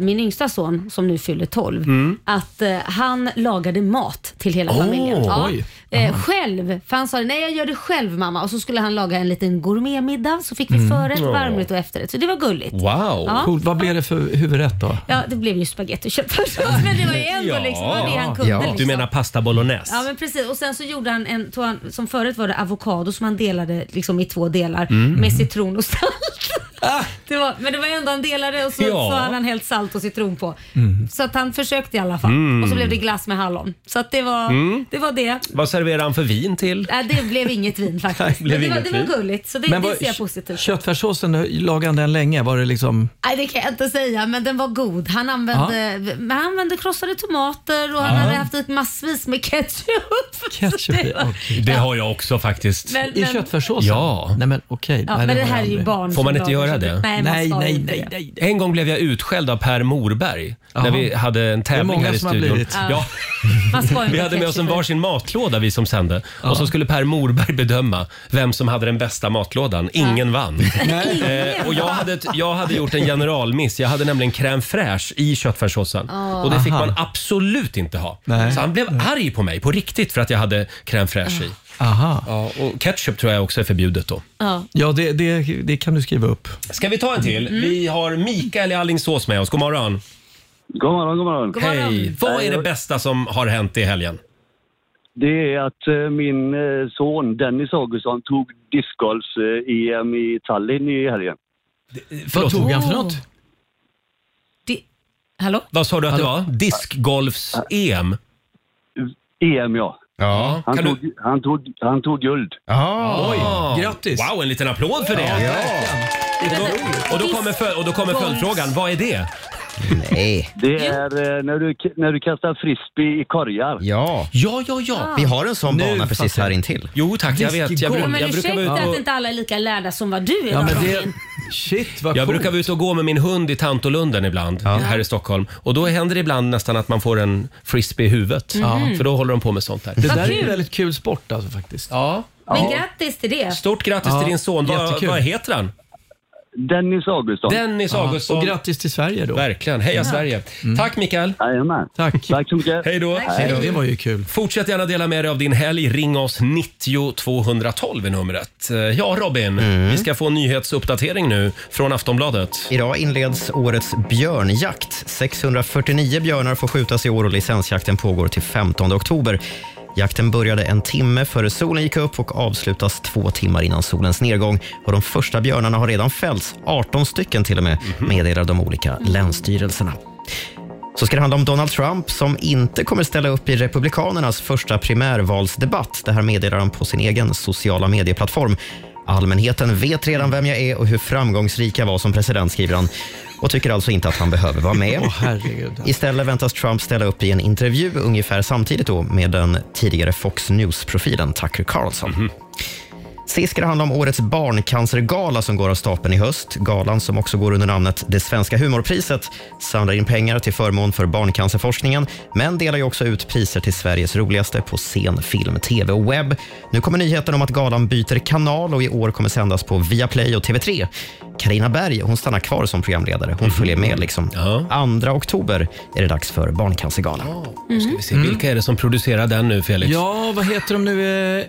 min yngsta son som nu fyller 12 Mm. att eh, han lagade mat till hela Åh, familjen. oj. Eh, själv. För han sa nej jag gör det själv mamma och så skulle han laga en liten gourmetmiddag så fick vi Mm. förrätt, Ja. varmrätt och efterrätt. Så det var gulligt. Wow. Ja. Coolt. Vad blev det för huvudrätt då? Ja, det blev ju spagetti och köttfärssås men det var ju ändå liksom, det var det han kunde. Liksom. Du menar pasta bolognese? Ja men precis och sen så gjorde han en, tog han, som förut var det avokado som han delade liksom i två delar Mm. Ah. med citron och salt. Det var, men det var ändå han delade och så, Ja. så hade han hällt salt och citron på. Mm. Så att han försökte i alla fall. Mm. Och så blev det glass med hallon. Så att det var Mm. det. Var det. Vad serverar han för vin till? Nej, det blev inget vin faktiskt. Det blev men det, inget var, det vin. var gulligt så det, Men det vad- ser jag positivt på. Köttfärssåsen, lagade han den länge? Var det liksom... Nej det kan jag inte säga men den var god. Han använde, men han använde krossade tomater och han Ja. hade haft i massvis med ketchup. Så Alltså, det var- Det har jag också faktiskt. Men- I men- köttfärssåsen? Ja. Nej men okej. Ja, Nej, men det det har här jag är ju aldrig. barn Får man som inte lagar göra sig- det? Nej, man Nej, ska nej, inte nej, En gång blev jag utskälld av Per Morberg när Jaha. vi hade en Det är tävling många här i som har studion. blivit. Ja. Man ska ju Vi inte hade med oss en ketchup. varsin matlåda vi som sände och så skulle Per Morberg bedöma vem som hade den bästa matlådan. Ingen vann. Eh, och jag hade, jag hade gjort en generalmiss. Jag hade nämligen crème fraîche i köttfärssåsen Ah. och det fick Aha. man absolut inte ha. Nej. Ah. Så han blev arg på mig på riktigt för att jag hade crème fraîche i. Aha. Ja, och ketchup tror jag också är förbjudet då. Ja, ja det, det, det kan du skriva upp. Ska vi ta en till? Vi har Mikael i Alingsås med oss. God morgon. God morgon, god morgon. God morgon. Hej. Vad är det bästa som har hänt i helgen? Det är att eh, min eh, son Dennis Augustsson tog discgolfs-EM E i Tallinn i helgen. Vad tog han för något? Hallå? Vad sa du att Hallå? det var? Diskgolfs-EM? EM, E ja. Ja. Han, Kan tog, han, tog, han tog guld. Ah. Oj, grattis. Wow, en liten applåd för det! Då, och, då kommer föl, och då kommer följdfrågan, vad är det? Nej. Det är eh, när du, när du kastar frisbee i korgar. Ja. Ja, ja, Ah. ja. Vi har en sån Nu bana precis fattar jag. här intill. Jo tack, jag vet. Jag bru- men jag brukar ursäkta vara ute och- att inte alla är lika lärda som vad du är Ja, men Robin. det- Shit, Jag brukar vara ute och gå med min hund i Tantolunden ibland här i Stockholm. Och då händer det ibland nästan att man får en frisbee i huvudet. Mm. Mhm. För då håller de på med sånt där. Det där är en väldigt kul sport alltså faktiskt. Ja. Men grattis till det. Stort grattis Ja, till din son. Vad, jättekul. vad heter han? Dennis Augustsson. Dennis Augustsson. Och grattis till Sverige då. Mm. Verkligen. Heja Ja. Sverige. Tack Mikael. Jajamän. Tack. Tack så mycket. Hej då. Tack. Hej då. Det var ju kul. Fortsätt gärna dela med dig av din helg. Ring oss 90 212 är numret. Eh, Ja, Robin. Mm. Vi ska få en nyhetsuppdatering nu eh, från Aftonbladet. Idag inleds årets björnjakt. 649 björnar får skjutas i år och licensjakten pågår till 15 oktober. Jakten började en timme före solen gick upp och avslutas två timmar innan solens nedgång. Och de första björnarna har redan fällts, 18 stycken till och med, Mhm. meddelar de olika länsstyrelserna. Så ska det handla om Donald Trump som inte kommer ställa upp i Republikanernas första primärvalsdebatt. Det här meddelar han på sin egen sociala medieplattform. Allmänheten vet redan vem jag är och hur framgångsrik jag var som president, skriver han. Och tycker alltså inte att han behöver vara med. Åh, herregud. Istället väntas Trump ställa upp i en intervju ungefär samtidigt då med den tidigare Fox News-profilen Tucker Carlson. Sist ska det handla om årets barncancergala som går av stapeln i höst. Galan, som också går under namnet Det svenska humorpriset, samlar in pengar till förmån för barncancerforskningen, men delar ju också ut priser till Sveriges roligaste på scen, film, tv och webb. Nu kommer nyheten om att galan byter kanal och i år kommer sändas på Viaplay och TV3. Karina Berg hon stannar kvar som programledare. Hon Mhm. följer med. liksom. 2 oktober är det dags för Mm. Barncancergalan. Mm. Nu ska vi se. Vilka är det som producerar den nu, Felix? Ja, vad heter de nu?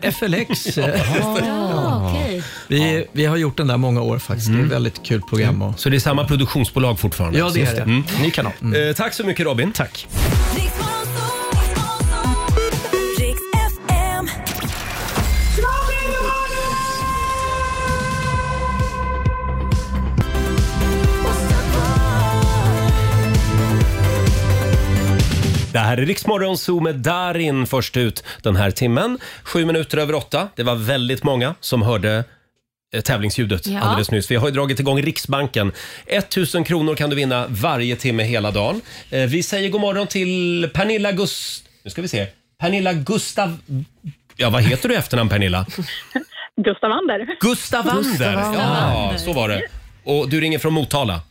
Eh, FLX. Ja, Mm. okej. vi, vi har gjort den där många år faktiskt. Det är ett väldigt kul program. Och... Så det är samma produktionsbolag fortfarande? Ja, det är det. Mm. Ny kanal. Eh, tack så mycket Robin. Tack. Riks FM. Det här är Riksmorgon Zoo med Darin först ut den här timmen. Sju minuter över åtta. Det var väldigt många som hörde eh, tävlingsljudet Ja. alldeles nyss. Vi har ju dragit igång Riksbanken. 1000 kronor kan du vinna varje timme hela dagen. Eh, Vi säger god morgon till Pernilla Gust... Nu ska vi se. Pernilla Gustav... Ja, vad heter du i efternamn Pernilla? Gustav Ander. Gustav Wander. Ja, så var det. Och du ringer från Motala.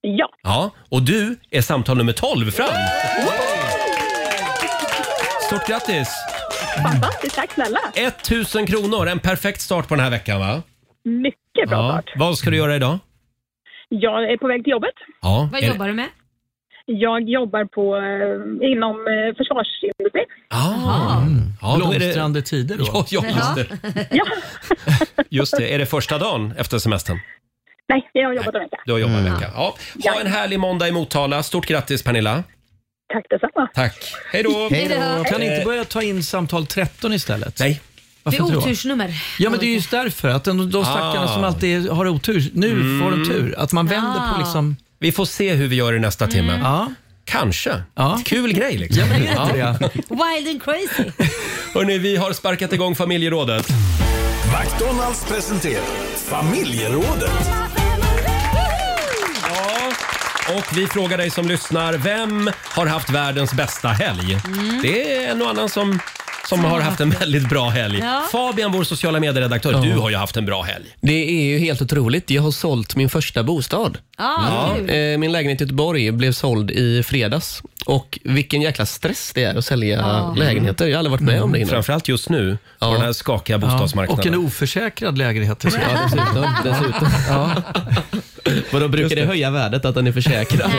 Ja. Ja, och du är samtal nummer 12 fram. Stort grattis! Fantastiskt, tack snälla. 1000 kronor, en perfekt start på den här veckan va? Mycket bra Ja. start. Vad ska du göra idag? Jag är på väg till jobbet. Ja, Vad är- jobbar du med? Jag jobbar på, eh, inom eh, försvarsindustrin. Ah. Ja, då är det- Blomstrande tider då. Ja, ja, just det. Just det, är det första dagen efter semestern? Nej, jag har jobbat en vecka. Du har jobbat Mm. en vecka. Ja. Ha en härlig måndag i Motala. Stort grattis Pernilla. Tack detsamma. Tack. Hej då! Hej då. Kan ni inte Eh, börja ta in samtal 13 istället? Nej. Varför det är inte då? otursnummer. Ja, men det är just därför. Att de, de stackarna Ah. som alltid har otur, nu Mm. får de tur. Att man vänder Ah. på liksom... Vi får se hur vi gör i nästa timme. Kanske. Kul grej liksom. Ja, men är det inte Ja. Wild and crazy. Hörrni, vi har sparkat igång familjerådet. McDonalds presenterar familjerådet. Och vi frågar dig som lyssnar, vem har haft världens bästa helg? Mm. Det är en och annan som, som har haft en väldigt bra helg. Ja. Fabian, vår sociala medieredaktör, du har ju haft en bra helg. Det är ju helt otroligt. Jag har sålt min första bostad. Ah, kul. Eh, Min lägenhet i Göteborg blev såld i fredags. Och vilken jäkla stress det är att sälja Ja. lägenheter. Jag har aldrig varit med om det innan. Mm. Framförallt just nu, på den här skakiga Och en bostadsmarknaden. oförsäkrad lägenhet. dessutom. Ja, dessutom. dessutom. Vadå, brukar det höja värdet att den är försäkrad?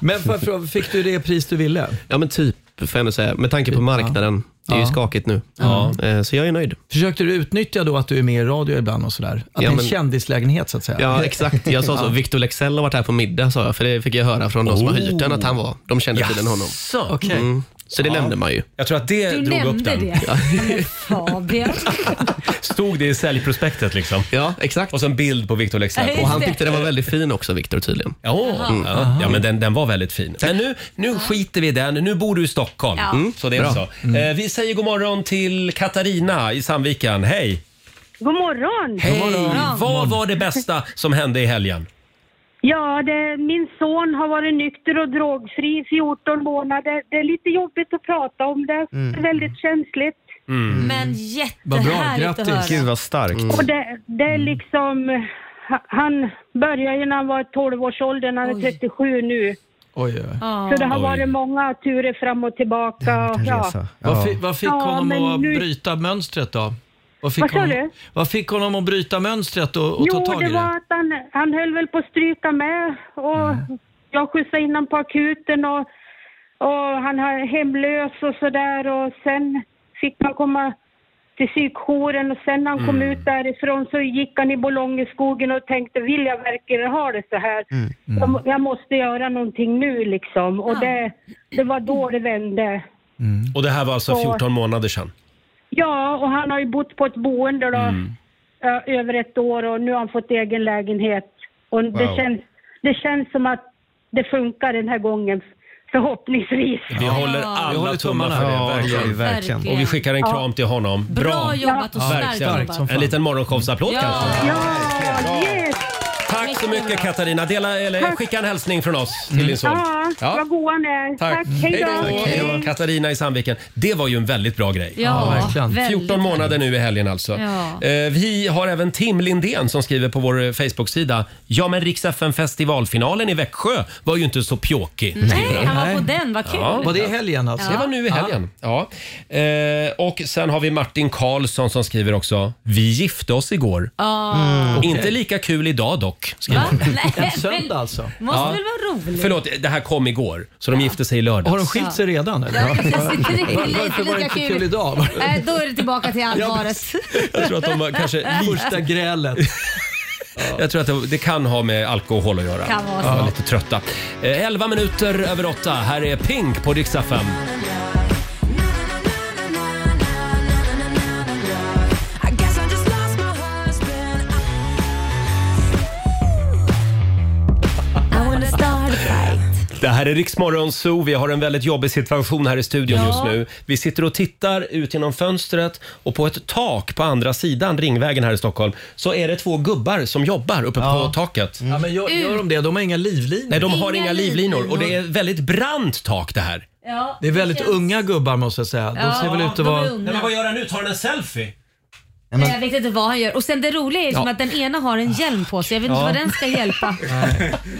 men varför, fick du det pris du ville? Typ. Ja, men typ, får jag ändå säga. Med tanke på marknaden. Det är ju Ja. skakigt nu. Ja. Eh, Så jag är nöjd. Försökte du utnyttja då att du är med i radio ibland och sådär? Att Ja, det är en men- kändislägenhet så att säga? Ja, exakt. Jag sa så. Ja. Victor Lexell har varit här på middag, sa jag. För det fick jag höra från de som har Oh. hyrt den att han var. De kände tydligen honom. Mm. Jaså? Okej. Så det nämnde man ju. Jag tror att det Du nämnde det. Ja. Men Fabian. Stod det i säljprospektet liksom? Ja, exakt. Och så en bild på Victor Ja, Leksell. just Och han det. tyckte den var väldigt fin också, Victor tydligen. Ja, Jaha. ja. ja men den, den var väldigt fin. Men nu, nu skiter vi i den. Nu bor du i Stockholm. Ja. Mm, Så det är bra. så. Eh, vi säger god morgon till Katarina i Sandviken. Hej! God morgon! Hej! Vad var det bästa som hände i helgen? Ja, det, min son har varit nykter och drogfri i 14 månader. Det är lite jobbigt att prata om det. Det är väldigt känsligt. Mm. Men jättehärligt att höra. Gud vad starkt. Och det, det är liksom... ha- Han började ju när han var 12 års ålder, han är 37 nu. Oj, oj. Så det har varit många turer fram och tillbaka. och, ja. Vad, fi, vad fick Ja, honom men att nu- bryta mönstret då? Vad fick, Vad sa honom, du? vad fick honom att bryta mönstret och, och jo, ta tag i det det? var att han, han höll väl på att stryka med och Mm. jag skjutsade in honom på akuten och, och han var hemlös och sådär och sen fick han komma till psykjouren och sen när han kom Mm. ut därifrån så gick han i Bolongeskogen och tänkte vill jag verkligen ha det så här? Mm, Jag, må- jag måste göra någonting nu liksom och det, det var då det vände. Mm. Och det här var alltså Så- 14 månader sedan. Ja, och han har ju bott på ett boende då Mm. ö, över ett år och nu har han fått egen lägenhet. Och det, Wow. känns, det känns som att det funkar den här gången, förhoppningsvis. Vi håller alla Vi håller tummar tummarna. för det. Ja, det gör vi verkligen. Och vi skickar en Ja. kram till honom. Bra jobbat och starkt Verkligen. jobbat. Som fan. En liten morgonshowsapplåd kanske. Ja, yes! Tack så mycket Katarina. Dela, eller, Tack. Mm. skicka en hälsning från oss till din son. Ja, vad god han är. Tack. Tack, hej då! Hej då. Katarina i Sandviken. Det var ju en väldigt bra grej. Ja, Ja, verkligen. väldigt 14 månader nu i helgen alltså. Ja. Eh, Vi har även Tim Lindén som skriver på vår eh, Facebook-sida. Ja, men Rix FM festivalfinalen i Växjö var ju inte så pjåkig. Nej, han var på den. Vad kul. alltså? Det alltså. var nu i helgen. Ja. Eh, och sen har vi Martin Karlsson som skriver också. Vi gifte oss igår. Ja. Mm. Inte lika kul idag dock. skriver Va? han. Nej, men- alltså. Måste Ja. väl vara roligt? Förlåt, det här kom igår. Så de gifte sig i lördags. Har de skilt sig redan? Ja, precis. Det är lite lika kul. idag? Nej, då är det tillbaka till allvaret. Jag tror att de var kanske lite... Första grälet. Jag tror att det, det kan ha med alkohol att göra. Kan vara så. Ja, lite trötta. Eh, 11 minuter över 8. Här är Pink på riksdag 5. I guess I just lost my husband. I wanna start a fight. Det här är Riksmorgon Zoo. Vi har en väldigt jobbig situation här i studion Ja. just nu. Vi sitter och tittar ut genom fönstret och på ett tak på andra sidan Ringvägen här i Stockholm så är det två gubbar som jobbar uppe på taket. Ja, men gör, gör de det? De har inga livlinor. Nej, de har inga livlinor och det är väldigt brant tak det här. Ja, Det är väldigt unga gubbar måste jag säga. De Ja, ser väl ut de att är vara... unga. Nej, men vad gör han nu? Tar han en selfie? men- Jag vet inte vad han gör. Och sen det roliga är ju som Ja. att den ena har en hjälm på sig. Jag vet inte Ja. vad den ska hjälpa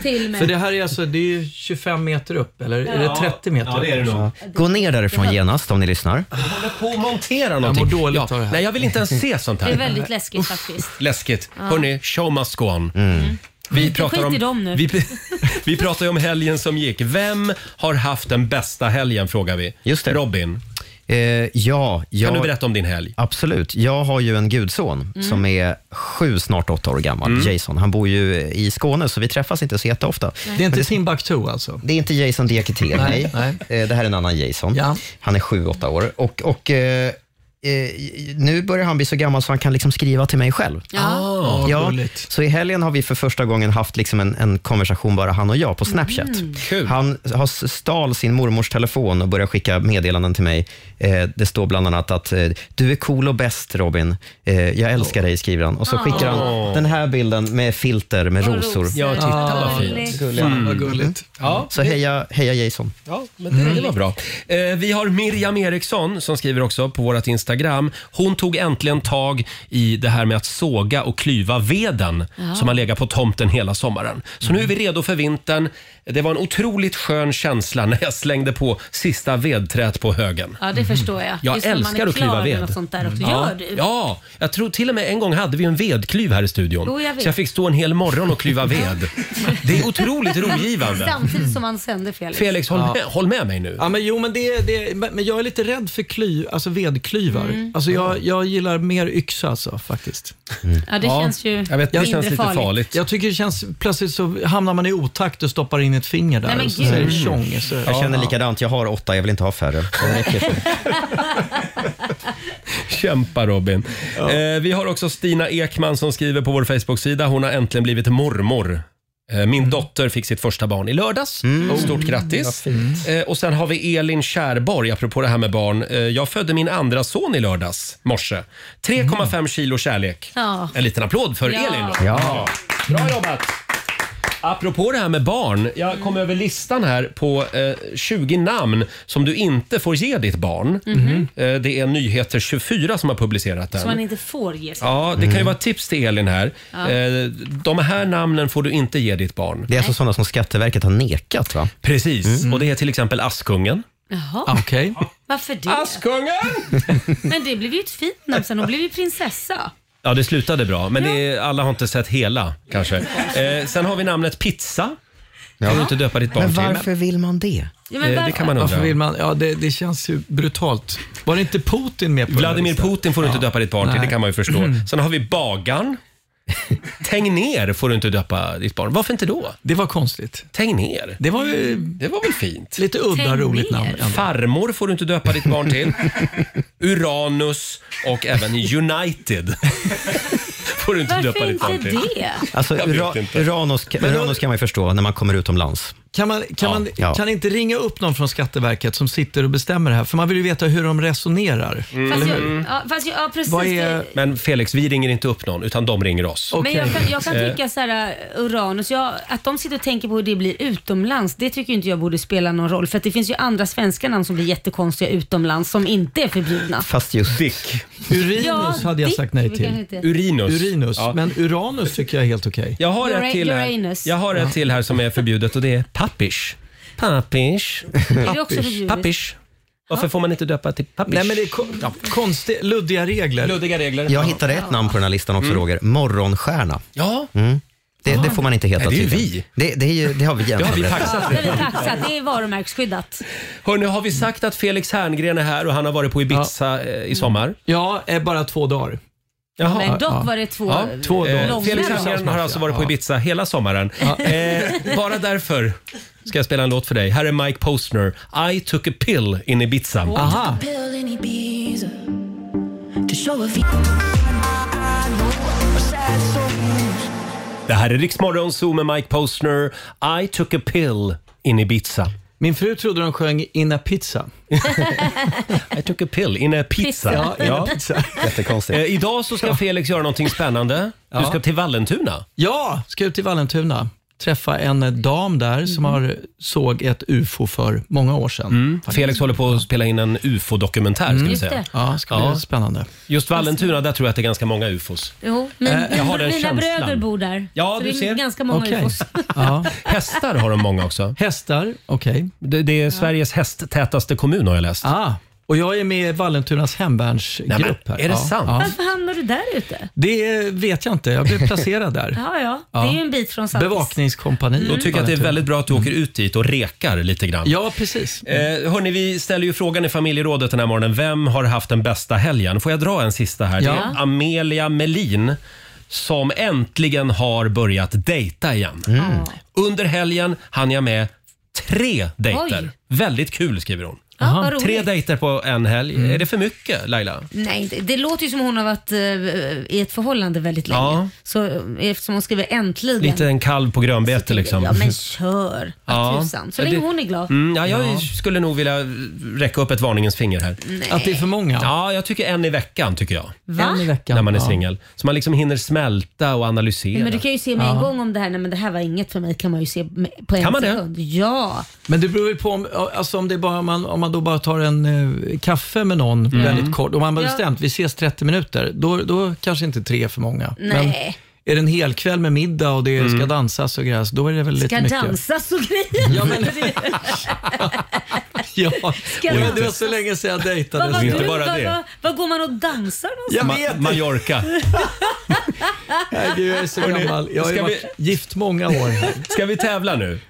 till med. För det här är alltså, det är ju 25 meter upp eller är Ja. det 30 meter Ja, det är det nog. Gå ner därifrån genast om ni lyssnar. De håller på att montera någonting. mår dåligt ja. Nej, jag vill inte ens se sånt här. Det är väldigt läskigt faktiskt. Läskigt. Ja. Mm. Hörni, show must go on. Mm. Vi pratar, skit om, i dem nu. Vi, vi pratar ju om helgen som gick. Vem har haft den bästa helgen frågar vi. Just det. Robin, Eh, ja, jag... kan du berätta om din helg? Absolut. Jag har ju en gudson Mm. som är sju, snart åtta år gammal, Jason. Han bor ju i Skåne, så vi träffas inte så jätteofta. är inte Timbuktu alltså? Det är inte Jason Diakité, nej. Nej, Eh, Det här är en annan Jason. Han är sju, åtta år. Och, och, eh, eh, nu börjar han bli så gammal så han kan liksom skriva till mig själv. Ah, Ja, gulligt. så i helgen har vi för första gången haft liksom en, en konversation bara han och jag på Snapchat. Mm. Han har s- stal sin mormors telefon och började skicka meddelanden till mig. Eh, det står bland annat att eh, du är cool och bäst Robin. Eh, jag älskar dig, skriver han. Och så skickar han Åh. den här bilden med filter med Och rosor. rosor. Ja, titta vad Ah, fint. gulligt. Gulliga. Fan, vad gulligt. Ja. Så heja, heja Jason. Ja, men det, det Mm. var bra. Eh, vi har Miriam Eriksson som skriver också på vårt Instagram. Hon tog äntligen tag i det här med att såga och klyva veden Ja. som har legat på tomten hela sommaren. Så nu är Mm. vi redo för vintern. Det var en otroligt skön känsla när jag slängde på sista vedträt på högen. Ja, det förstår jag. Jag Just när man älskar är att klyva klar med ved. Mm. Något sånt där också. Ja, Gör du? ja, jag tror till och med en gång hade vi en vedklyv här i studion. Jo, jag vet. så jag fick stå en hel morgon och klyva ved. Det är otroligt rogivande. Samtidigt som han sände Felix. Felix, håll, med, håll med mig nu. Ja, men jo, men, det, det, men men jag är lite rädd för kly, alltså vedklyvar. Mm. Alltså, jag, jag gillar mer yxa alltså, faktiskt. Mm. Ja, det känns ju jag vet, mindre farligt. Jag tycker det känns, plötsligt så hamnar man i otakt och stoppar in ett finger där Nej, men och så säger det gud. tjong. Så, Jag känner likadant. Jag har åtta, jag vill inte ha färre. Det räcker så. Kämpa Robin. Eh, vi har också Stina Ekman som skriver på vår Facebook-sida. Hon har äntligen blivit mormor. Eh, Mm. Min dotter fick sitt första barn i lördags. Mm. Oh, Stort grattis. Eh, Och sen har vi Elin Kärborg, apropå det här med barn. Eh, Jag födde min andra son i lördags morse. 3,5 kilo kärlek. Mm. Ja. En liten applåd för Ja. Elin. då. Ja. Bra jobbat! Apropå det här med barn, jag Mm. kom över listan här på eh, 20 namn som du inte får ge ditt barn. Mhm. Eh, det är Nyheter 24 som har publicerat Som man den. inte får ge sig. Ja, det kan Mm. ju vara ett tips till Elin här. Ja. Eh, de här namnen får du inte ge ditt barn. Det är alltså sådana som Skatteverket har nekat, va? Ah, Precis, och det är till exempel Askungen. Mm. Jaha. Okej. Varför det? Askungen! Men det blev ju ett fint namn sen. Hon blev ju prinsessa. Ja, det slutade bra, men det är, alla har inte sett hela kanske. Eh, sen har vi namnet Pizza. Kan du inte döpa ditt barn Men till. varför vill man det? Eh, det kan man undra. Varför vill man? Ja, det, det känns ju brutalt. Var det inte Putin med på Vladimir Putin får du inte döpa ditt barn till, det kan man ju förstå. Mm. Sen har vi Bagan. Tegnér får du inte döpa ditt barn. Varför inte då? Det var konstigt. Tegnér. Det var ju... Det var väl fint? Lite udda, roligt namn. ändå. Farmor får du inte döpa ditt barn till. Uranus och även United får du inte Varför döpa ditt barn inte till. det? Alltså, Jag vet ura, inte. Uranus, Uranus kan man ju förstå när man kommer utomlands. Kan man, kan man Ja. kan inte ringa upp någon från Skatteverket som sitter och bestämmer det här? För man vill ju veta hur de resonerar. Mm. Fast Eller jag, hur? ja, fast jag, ja, precis. Vad är- Men Felix, vi ringer inte upp någon, utan de ringer oss. Men jag kan, jag kan tycka så här, eh, Uranus, jag, att de sitter och tänker på hur det blir utomlands, det tycker inte jag borde spela någon roll. För att det finns ju andra svenska namn som blir jättekonstiga utomlands som inte är förbjudna. Fast just... Dick. Urinus Ja, hade jag Dick sagt nej brukar han till. heta. Urinus. Urinus. Ja. Men Uranus tycker jag är helt okej. Jag har, Ura- ett till här. Uranus. jag har Ja. ett till här som är förbjudet och det är pappish. Pappish. Är det också förbjudet? Pappish. Varför får man inte döpa till pappish? Nej, men det är ko- ja, konstiga, luddiga regler. Luddiga regler. Jag hittade ett namn på den här listan också, Roger. Morgonstjärna. Mm. Ja. Ah. Mm. Det, det får man inte heta Nej, det är ju tydligen. Det, det, är ju, det har vi Det har vi egentligen taxat. Ja, det är taxat. Det är varumärkesskyddat. Hörrni, har vi sagt att Felix Herngren är här och han har varit på Ibiza eh, i sommar? Ja, eh, bara två dagar. Jaha. Men dock var det två, Ja, två eh, dagar. Felix Långmän. Herngren har alltså varit på Ja. Ibiza hela sommaren. Eh, bara därför ska jag spela en låt för dig. Här är Mike Postner. I took a pill in Ibiza. Aha. Det här är Riksmorgon Zoo med Mike Postner. I took a pill in Ibiza. Min fru trodde de sjöng Inna Pizza. I took a pill in a pizza. Ja, in a pizza. Jättekonstigt. Eh, idag så ska Felix göra någonting spännande. Du Ja. ska till Vallentuna. Ja, ska ut till Vallentuna. Träffa en eh, dam där som Mm. har såg ett UFO för många år sedan. faktiskt. Mm. Felix håller på att spela in en UFO-dokumentär. Ska vi Just säga. det. Ja, ska bli spännande. Just Vallentuna, där tror jag att det är ganska många ufos. Jo, min, Eh, jag har den mina känslan. bröder bor där. Ja, så du det är ser. ganska många Okej. ufos. Ja. Hästar har de många också. Hästar, okej. Det, det är Sveriges hästtätaste kommun har jag läst. Ah, och jag är med i Vallentunas Nej, men, hemvärnsgrupp. här. är det sant? Varför hamnar du där ute? Det vet jag inte. Jag blev placerad där. Ja, ja. Ja. Det är ju en bit från Saltis. Bevakningskompani. Då tycker jag att det är väldigt bra att du åker ut dit och rekar lite grann. Mm. Ja, precis. Eh, hörni, vi ställer ju frågan i familjerådet den här morgonen. Vem har haft den bästa helgen? Får jag dra en sista här? Det Ja. är Amelia Melin som äntligen har börjat dejta igen. Mm. Under helgen hann jag med tre dejter. Oj. Väldigt kul skriver hon. Ja, vad roligt. Mm. tre dejter på en helg. Är det för mycket Laila? Nej, det, det låter ju som hon har varit eh, i ett förhållande väldigt länge. Ja. Så, eh, eftersom hon skriver äntligen. Lite en kalv på grönbete liksom. Alltså, Ja, men kör. Ja. Ja. Tusan. Så länge Det- hon är glad. Mm, ja, jag skulle nog vilja räcka upp ett varningens finger här. Att det är för många? Ja, jag tycker en i veckan tycker jag. Va? En i veckan. När man är ja. singel. Så man liksom hinner smälta och analysera. Men du kan ju se med en Ja. gång om det här, nej men det här var inget för mig kan man ju se med- på en Kan man det? sekund. Ja. Men det beror ju på om, alltså om, det är bara, om, man, om man då bara tar en eh, kaffe med någon Mm. väldigt kort. Om man har Ja. bestämt, vi ses 30 minuter, då, då kanske inte tre är för många. Nej. Men är det en hel kväll med middag och det Mm. ska dansas och grejas, då är det väl lite Ska mycket. dansas och grejer. Ja, men- Ja, Ska och dansas? det var så länge sedan jag dejtade. vad, vad, så- inte du, bara vad, det. vad, vad går man och dansar Jag någonstans? vet Ma- Mallorca. Herregud, jag är så gammal. Jag har ju ska vi- varit gift många år. här. Ska vi tävla nu?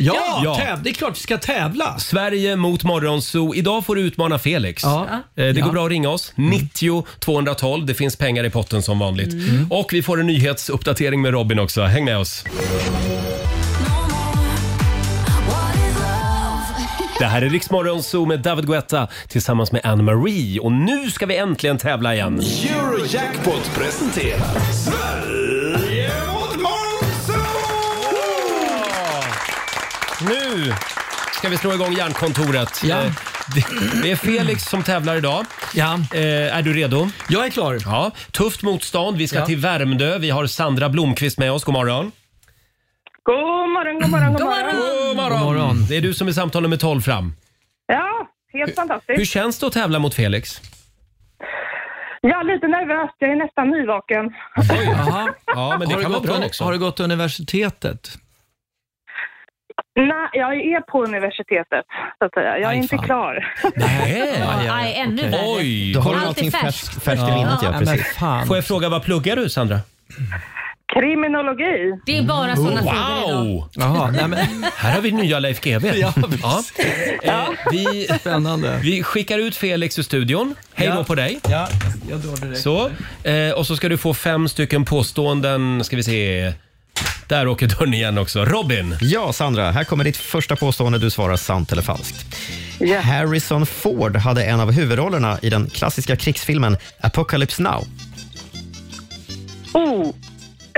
Ja, Ja. Täv, det är klart vi ska tävla. Sverige mot Morgonzoo. Idag får du utmana Felix. Ja. Mm. Eh, Det går bra att ringa oss. 90 212. Det finns pengar i potten som vanligt. Mm. Och vi får en nyhetsuppdatering med Robin också. Häng med oss. Det här är Riksmorgonzoo med David Guetta tillsammans med Anne Marie. Och nu ska vi äntligen tävla igen. Eurojackpot presenterar Sverige mot Monzo! Nu ska vi slå igång hjärnkontoret. Ja. Eh, det- Det är Felix som tävlar idag. Ja. Eh, är du redo? Jag är klar. Ja. Tufft motstånd. Vi ska Ja. till Värmdö. Vi har Sandra Blomqvist med oss. God morgon. God morgon, god morgon, god morgon. God morgon. God morgon. Det är du som är samtal nummer 12 fram. Ja, helt Hur fantastiskt. känns det att tävla mot Felix? Jag är lite nervös, jag är nästan nyvaken. Jaha. Ja, men det har, du kan vara gått, bra uni- också. har du gått universitetet? Nej, jag är på universitetet, så att säga. Jag är Aj, inte fan. klar. Nej, aj, ännu värre. Oj! Då har du Allt är någonting färskt. färskt- färskt i minnet, ja, precis. men fan. Får jag fråga, vad pluggar du Sandra? Kriminologi. Det är bara Mm. sådana frågor idag. Wow! Jaha, nej, men... Här har vi nya Leif GW. Ja, Eh, vi, vi skickar ut Felix ur studion. Hej då Ja. på dig. Ja, jag drar direkt. Så, eh, och så ska du få fem stycken påståenden. Ska vi se. Där åker dörren igen också. Robin. Ja, Sandra, här kommer ditt första påstående. Du svarar sant eller falskt. Harrison Ford hade en av huvudrollerna i den klassiska krigsfilmen Apocalypse Now. Oh.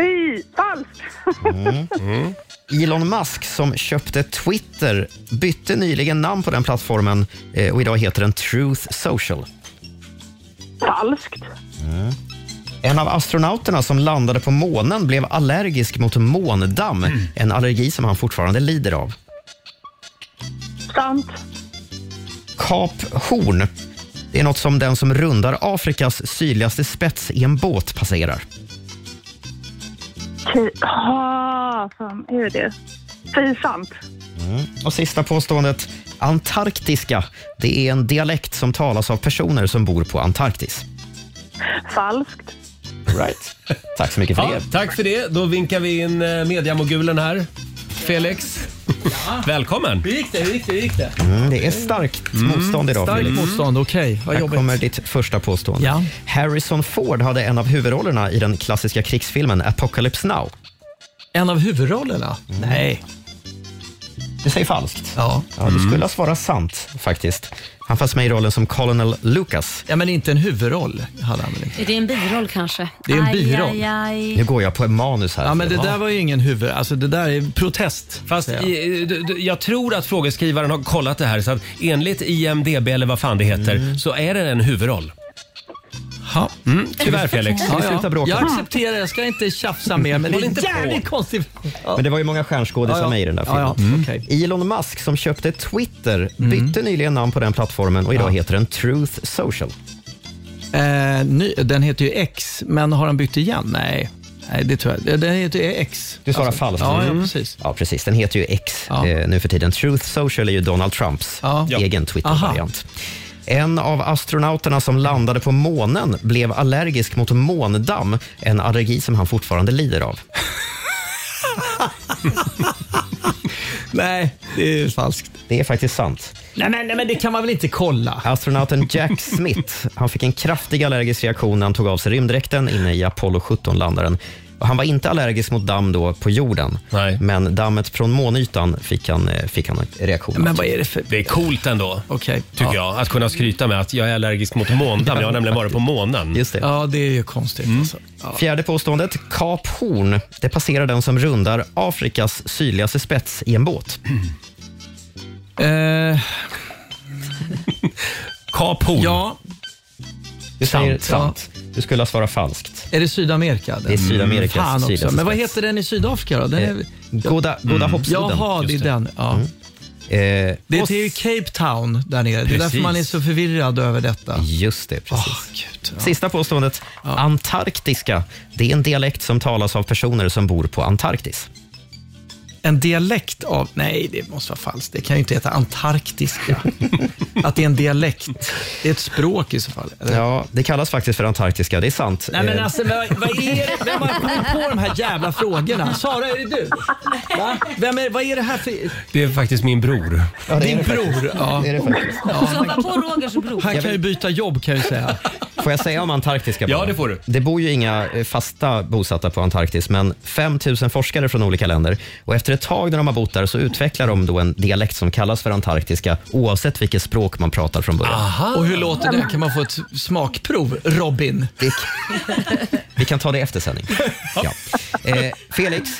I. Falskt. Mm. Mm. Elon Musk som köpte Twitter bytte nyligen namn på den plattformen eh, och idag heter den Truth Social. Falskt. Mm. En av astronauterna som landade på månen blev allergisk mot måndamm, en allergi som han fortfarande lider av. Sant. Kaphorn, det är något som den som rundar Afrikas sydligaste spets i en båt passerar. Ki- Ah, fan är det? Fy sant. Mm. Och sista påståendet. Antarktiska, det är en dialekt som talas av personer som bor på Antarktis. Falskt. Right. Tack så mycket för Ja, det. tack för det. Då vinkar vi in eh, mediamogulen här. Felix, välkommen. Hur gick det? Hur gick det? Hur gick det? Mm, det är starkt motstånd idag. starkt Filip. motstånd, okej. Vad Här jobbigt. kommer ditt första påstående. Ja. Harrison Ford hade en av huvudrollerna i den klassiska krigsfilmen Apocalypse Now. En av huvudrollerna? Mm. Nej. Du säger falskt. Ja. Ja, du skulle ha svarat sant faktiskt. Han fanns med i rollen som Colonel Lucas. Ja, men inte en huvudroll hade han väl inte? Är det en biroll kanske? Det är en Aj, biroll. Aj, aj. Nu går jag på en manus här. Ja, men det där var ju ingen huvud... Alltså det där är protest. Fast i, d- d- jag tror att frågeskrivaren har kollat det här så att enligt IMDB eller vad fan det heter så är det en huvudroll. Mm. Ha. Mm, tyvärr Felix. Ja, ja. Jag accepterar, jag ska inte tjafsa mer, men det Håll inte är på. jävligt konstigt. Ja. Men det var ju många stjärnskådisar Ja, ja. med i den där Ja, ja. Mm. filmen. Mm. Elon Musk som köpte Twitter bytte nyligen namn på den plattformen och idag heter den Truth Social. Eh, ny, den heter ju X, men har han bytt igen? Nej, Nej det tror jag Den heter ju X. Du svarar Alltså, falskt. Ja, ja, Mm. precis. Ja, precis. Den heter ju X eh, nu för tiden. Truth Social är ju Donald Trumps Ja. egen Twitter-variant. En av astronauterna som landade på månen blev allergisk mot måndamm, en allergi som han fortfarande lider av. Nej, det är falskt. Det är faktiskt sant. Nej men, nej, men det kan man väl inte kolla? Astronauten Jack Smith han fick en kraftig allergisk reaktion när han tog av sig rymddräkten inne i Apollo 17-landaren. Och Han var inte allergisk mot damm då på jorden, men dammet från månytan fick han, eh, fick han en reaktion mot. för... Det är coolt ändå, tycker jag, att kunna skryta med att jag är allergisk mot måndamm. Jag har nämligen varit på månen. Just det. Ja, det är ju konstigt. Alltså. Fjärde påståendet, Kap Horn. Det passerar den som rundar Afrikas sydligaste spets i en båt. Eh, Kap Horn. Ja. Du säger sant. Sant, ja. Du skulle ha svarat falskt. Är det Sydamerika? den? Det är Sydamerikas Fan också. sydligaste Men vad spets. heter den i Sydafrika då? Den Eh, är... Mm. Goda, goda hoppsudden. Jaha, det är Just den. Ja. Mm. Eh, Det är och- till Cape Town där nere. Det är därför Precis. man är så förvirrad över detta. Just det, precis. Ah, Sista påståendet. Antarktiska. Det är en dialekt som talas av personer som bor på Antarktis. En dialekt av... Nej, det måste vara falskt. Det kan ju inte heta antarktiska. Att det är en dialekt. Det är ett språk i så fall. eller? Ja, det kallas faktiskt för antarktiska. Det är sant. Nej men Eh, alltså, vad, vad är det? Vem har kommit på de här jävla frågorna? Sara, är det du? Va? Vem är, vad är det här för... Det är faktiskt min bror. Ja, det är Din det bror, faktiskt. ja. Det är det faktiskt. Så hoppa på Rogers bror. Han kan ju byta jobb kan jag ju säga. Får jag säga om Antarktiska? Ja, det får du. Det bor ju inga eh, fasta bosatta på Antarktis, men 5 000 forskare från olika länder. Och efter ett tag när de har bott där så utvecklar de då en dialekt som kallas för antarktiska, oavsett vilket språk man pratar från början. Och hur låter det? Kan man få ett smakprov, Robin? Vi kan ta det efter sändning. Ja. Eh, Felix,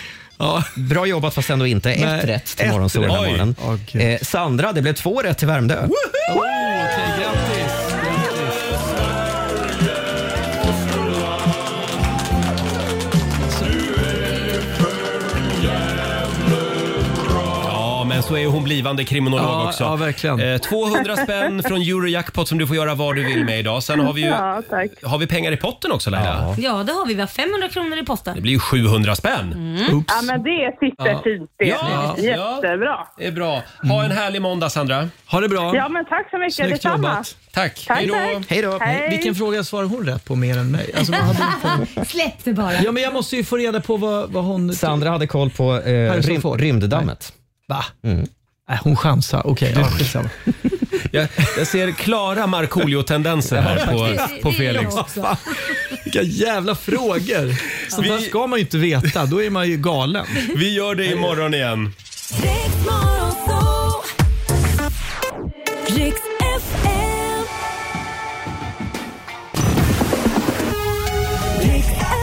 bra jobbat fast ändå inte. Ett Nej, rätt till ett morgonsol den här rätt. morgonen. Oj. eh, Sandra, det blev två rätt till Värmdö. Oh. Ja, men så så är hon blivande kriminolog Ja, också. ja, verkligen. Eh, 200 spänn från Eurojackpot som du får göra vad du vill med idag. Sen har vi ju Ja, tack. har vi pengar i potten också Laila. Ja, det har vi. Vi har 500 kronor i Det potten. blir ju 700 spänn. Mm. Ja, men det är tittarfint det. Ja, ja. Jättebra. Det är bra. Ha en härlig måndag Sandra. Ha det bra. Ja, men tack så mycket. Snyggt Detsamma. jobbat. Tack. Tack, Hej då. tack. Hej då. Hej. Vilken fråga svarar hon rätt på mer än mig? Alltså, vad hade hon för... Släpp det bara. Ja, men jag måste ju få reda på vad, vad hon... Sandra hade koll på eh, Harrison rym- Ford. rymddammet. Mm. Va? Nej, Äh, hon chansar. Okej, ja, skitsamma. Jag, jag ser klara Markoolio-tendenser Ja, här på, faktiskt. på Det- det är jag Felix. också. Vilka jävla frågor! Sånt här ska man ju inte veta. Då är man ju galen. Vi gör det imorgon igen. Riks FM. Riks FM.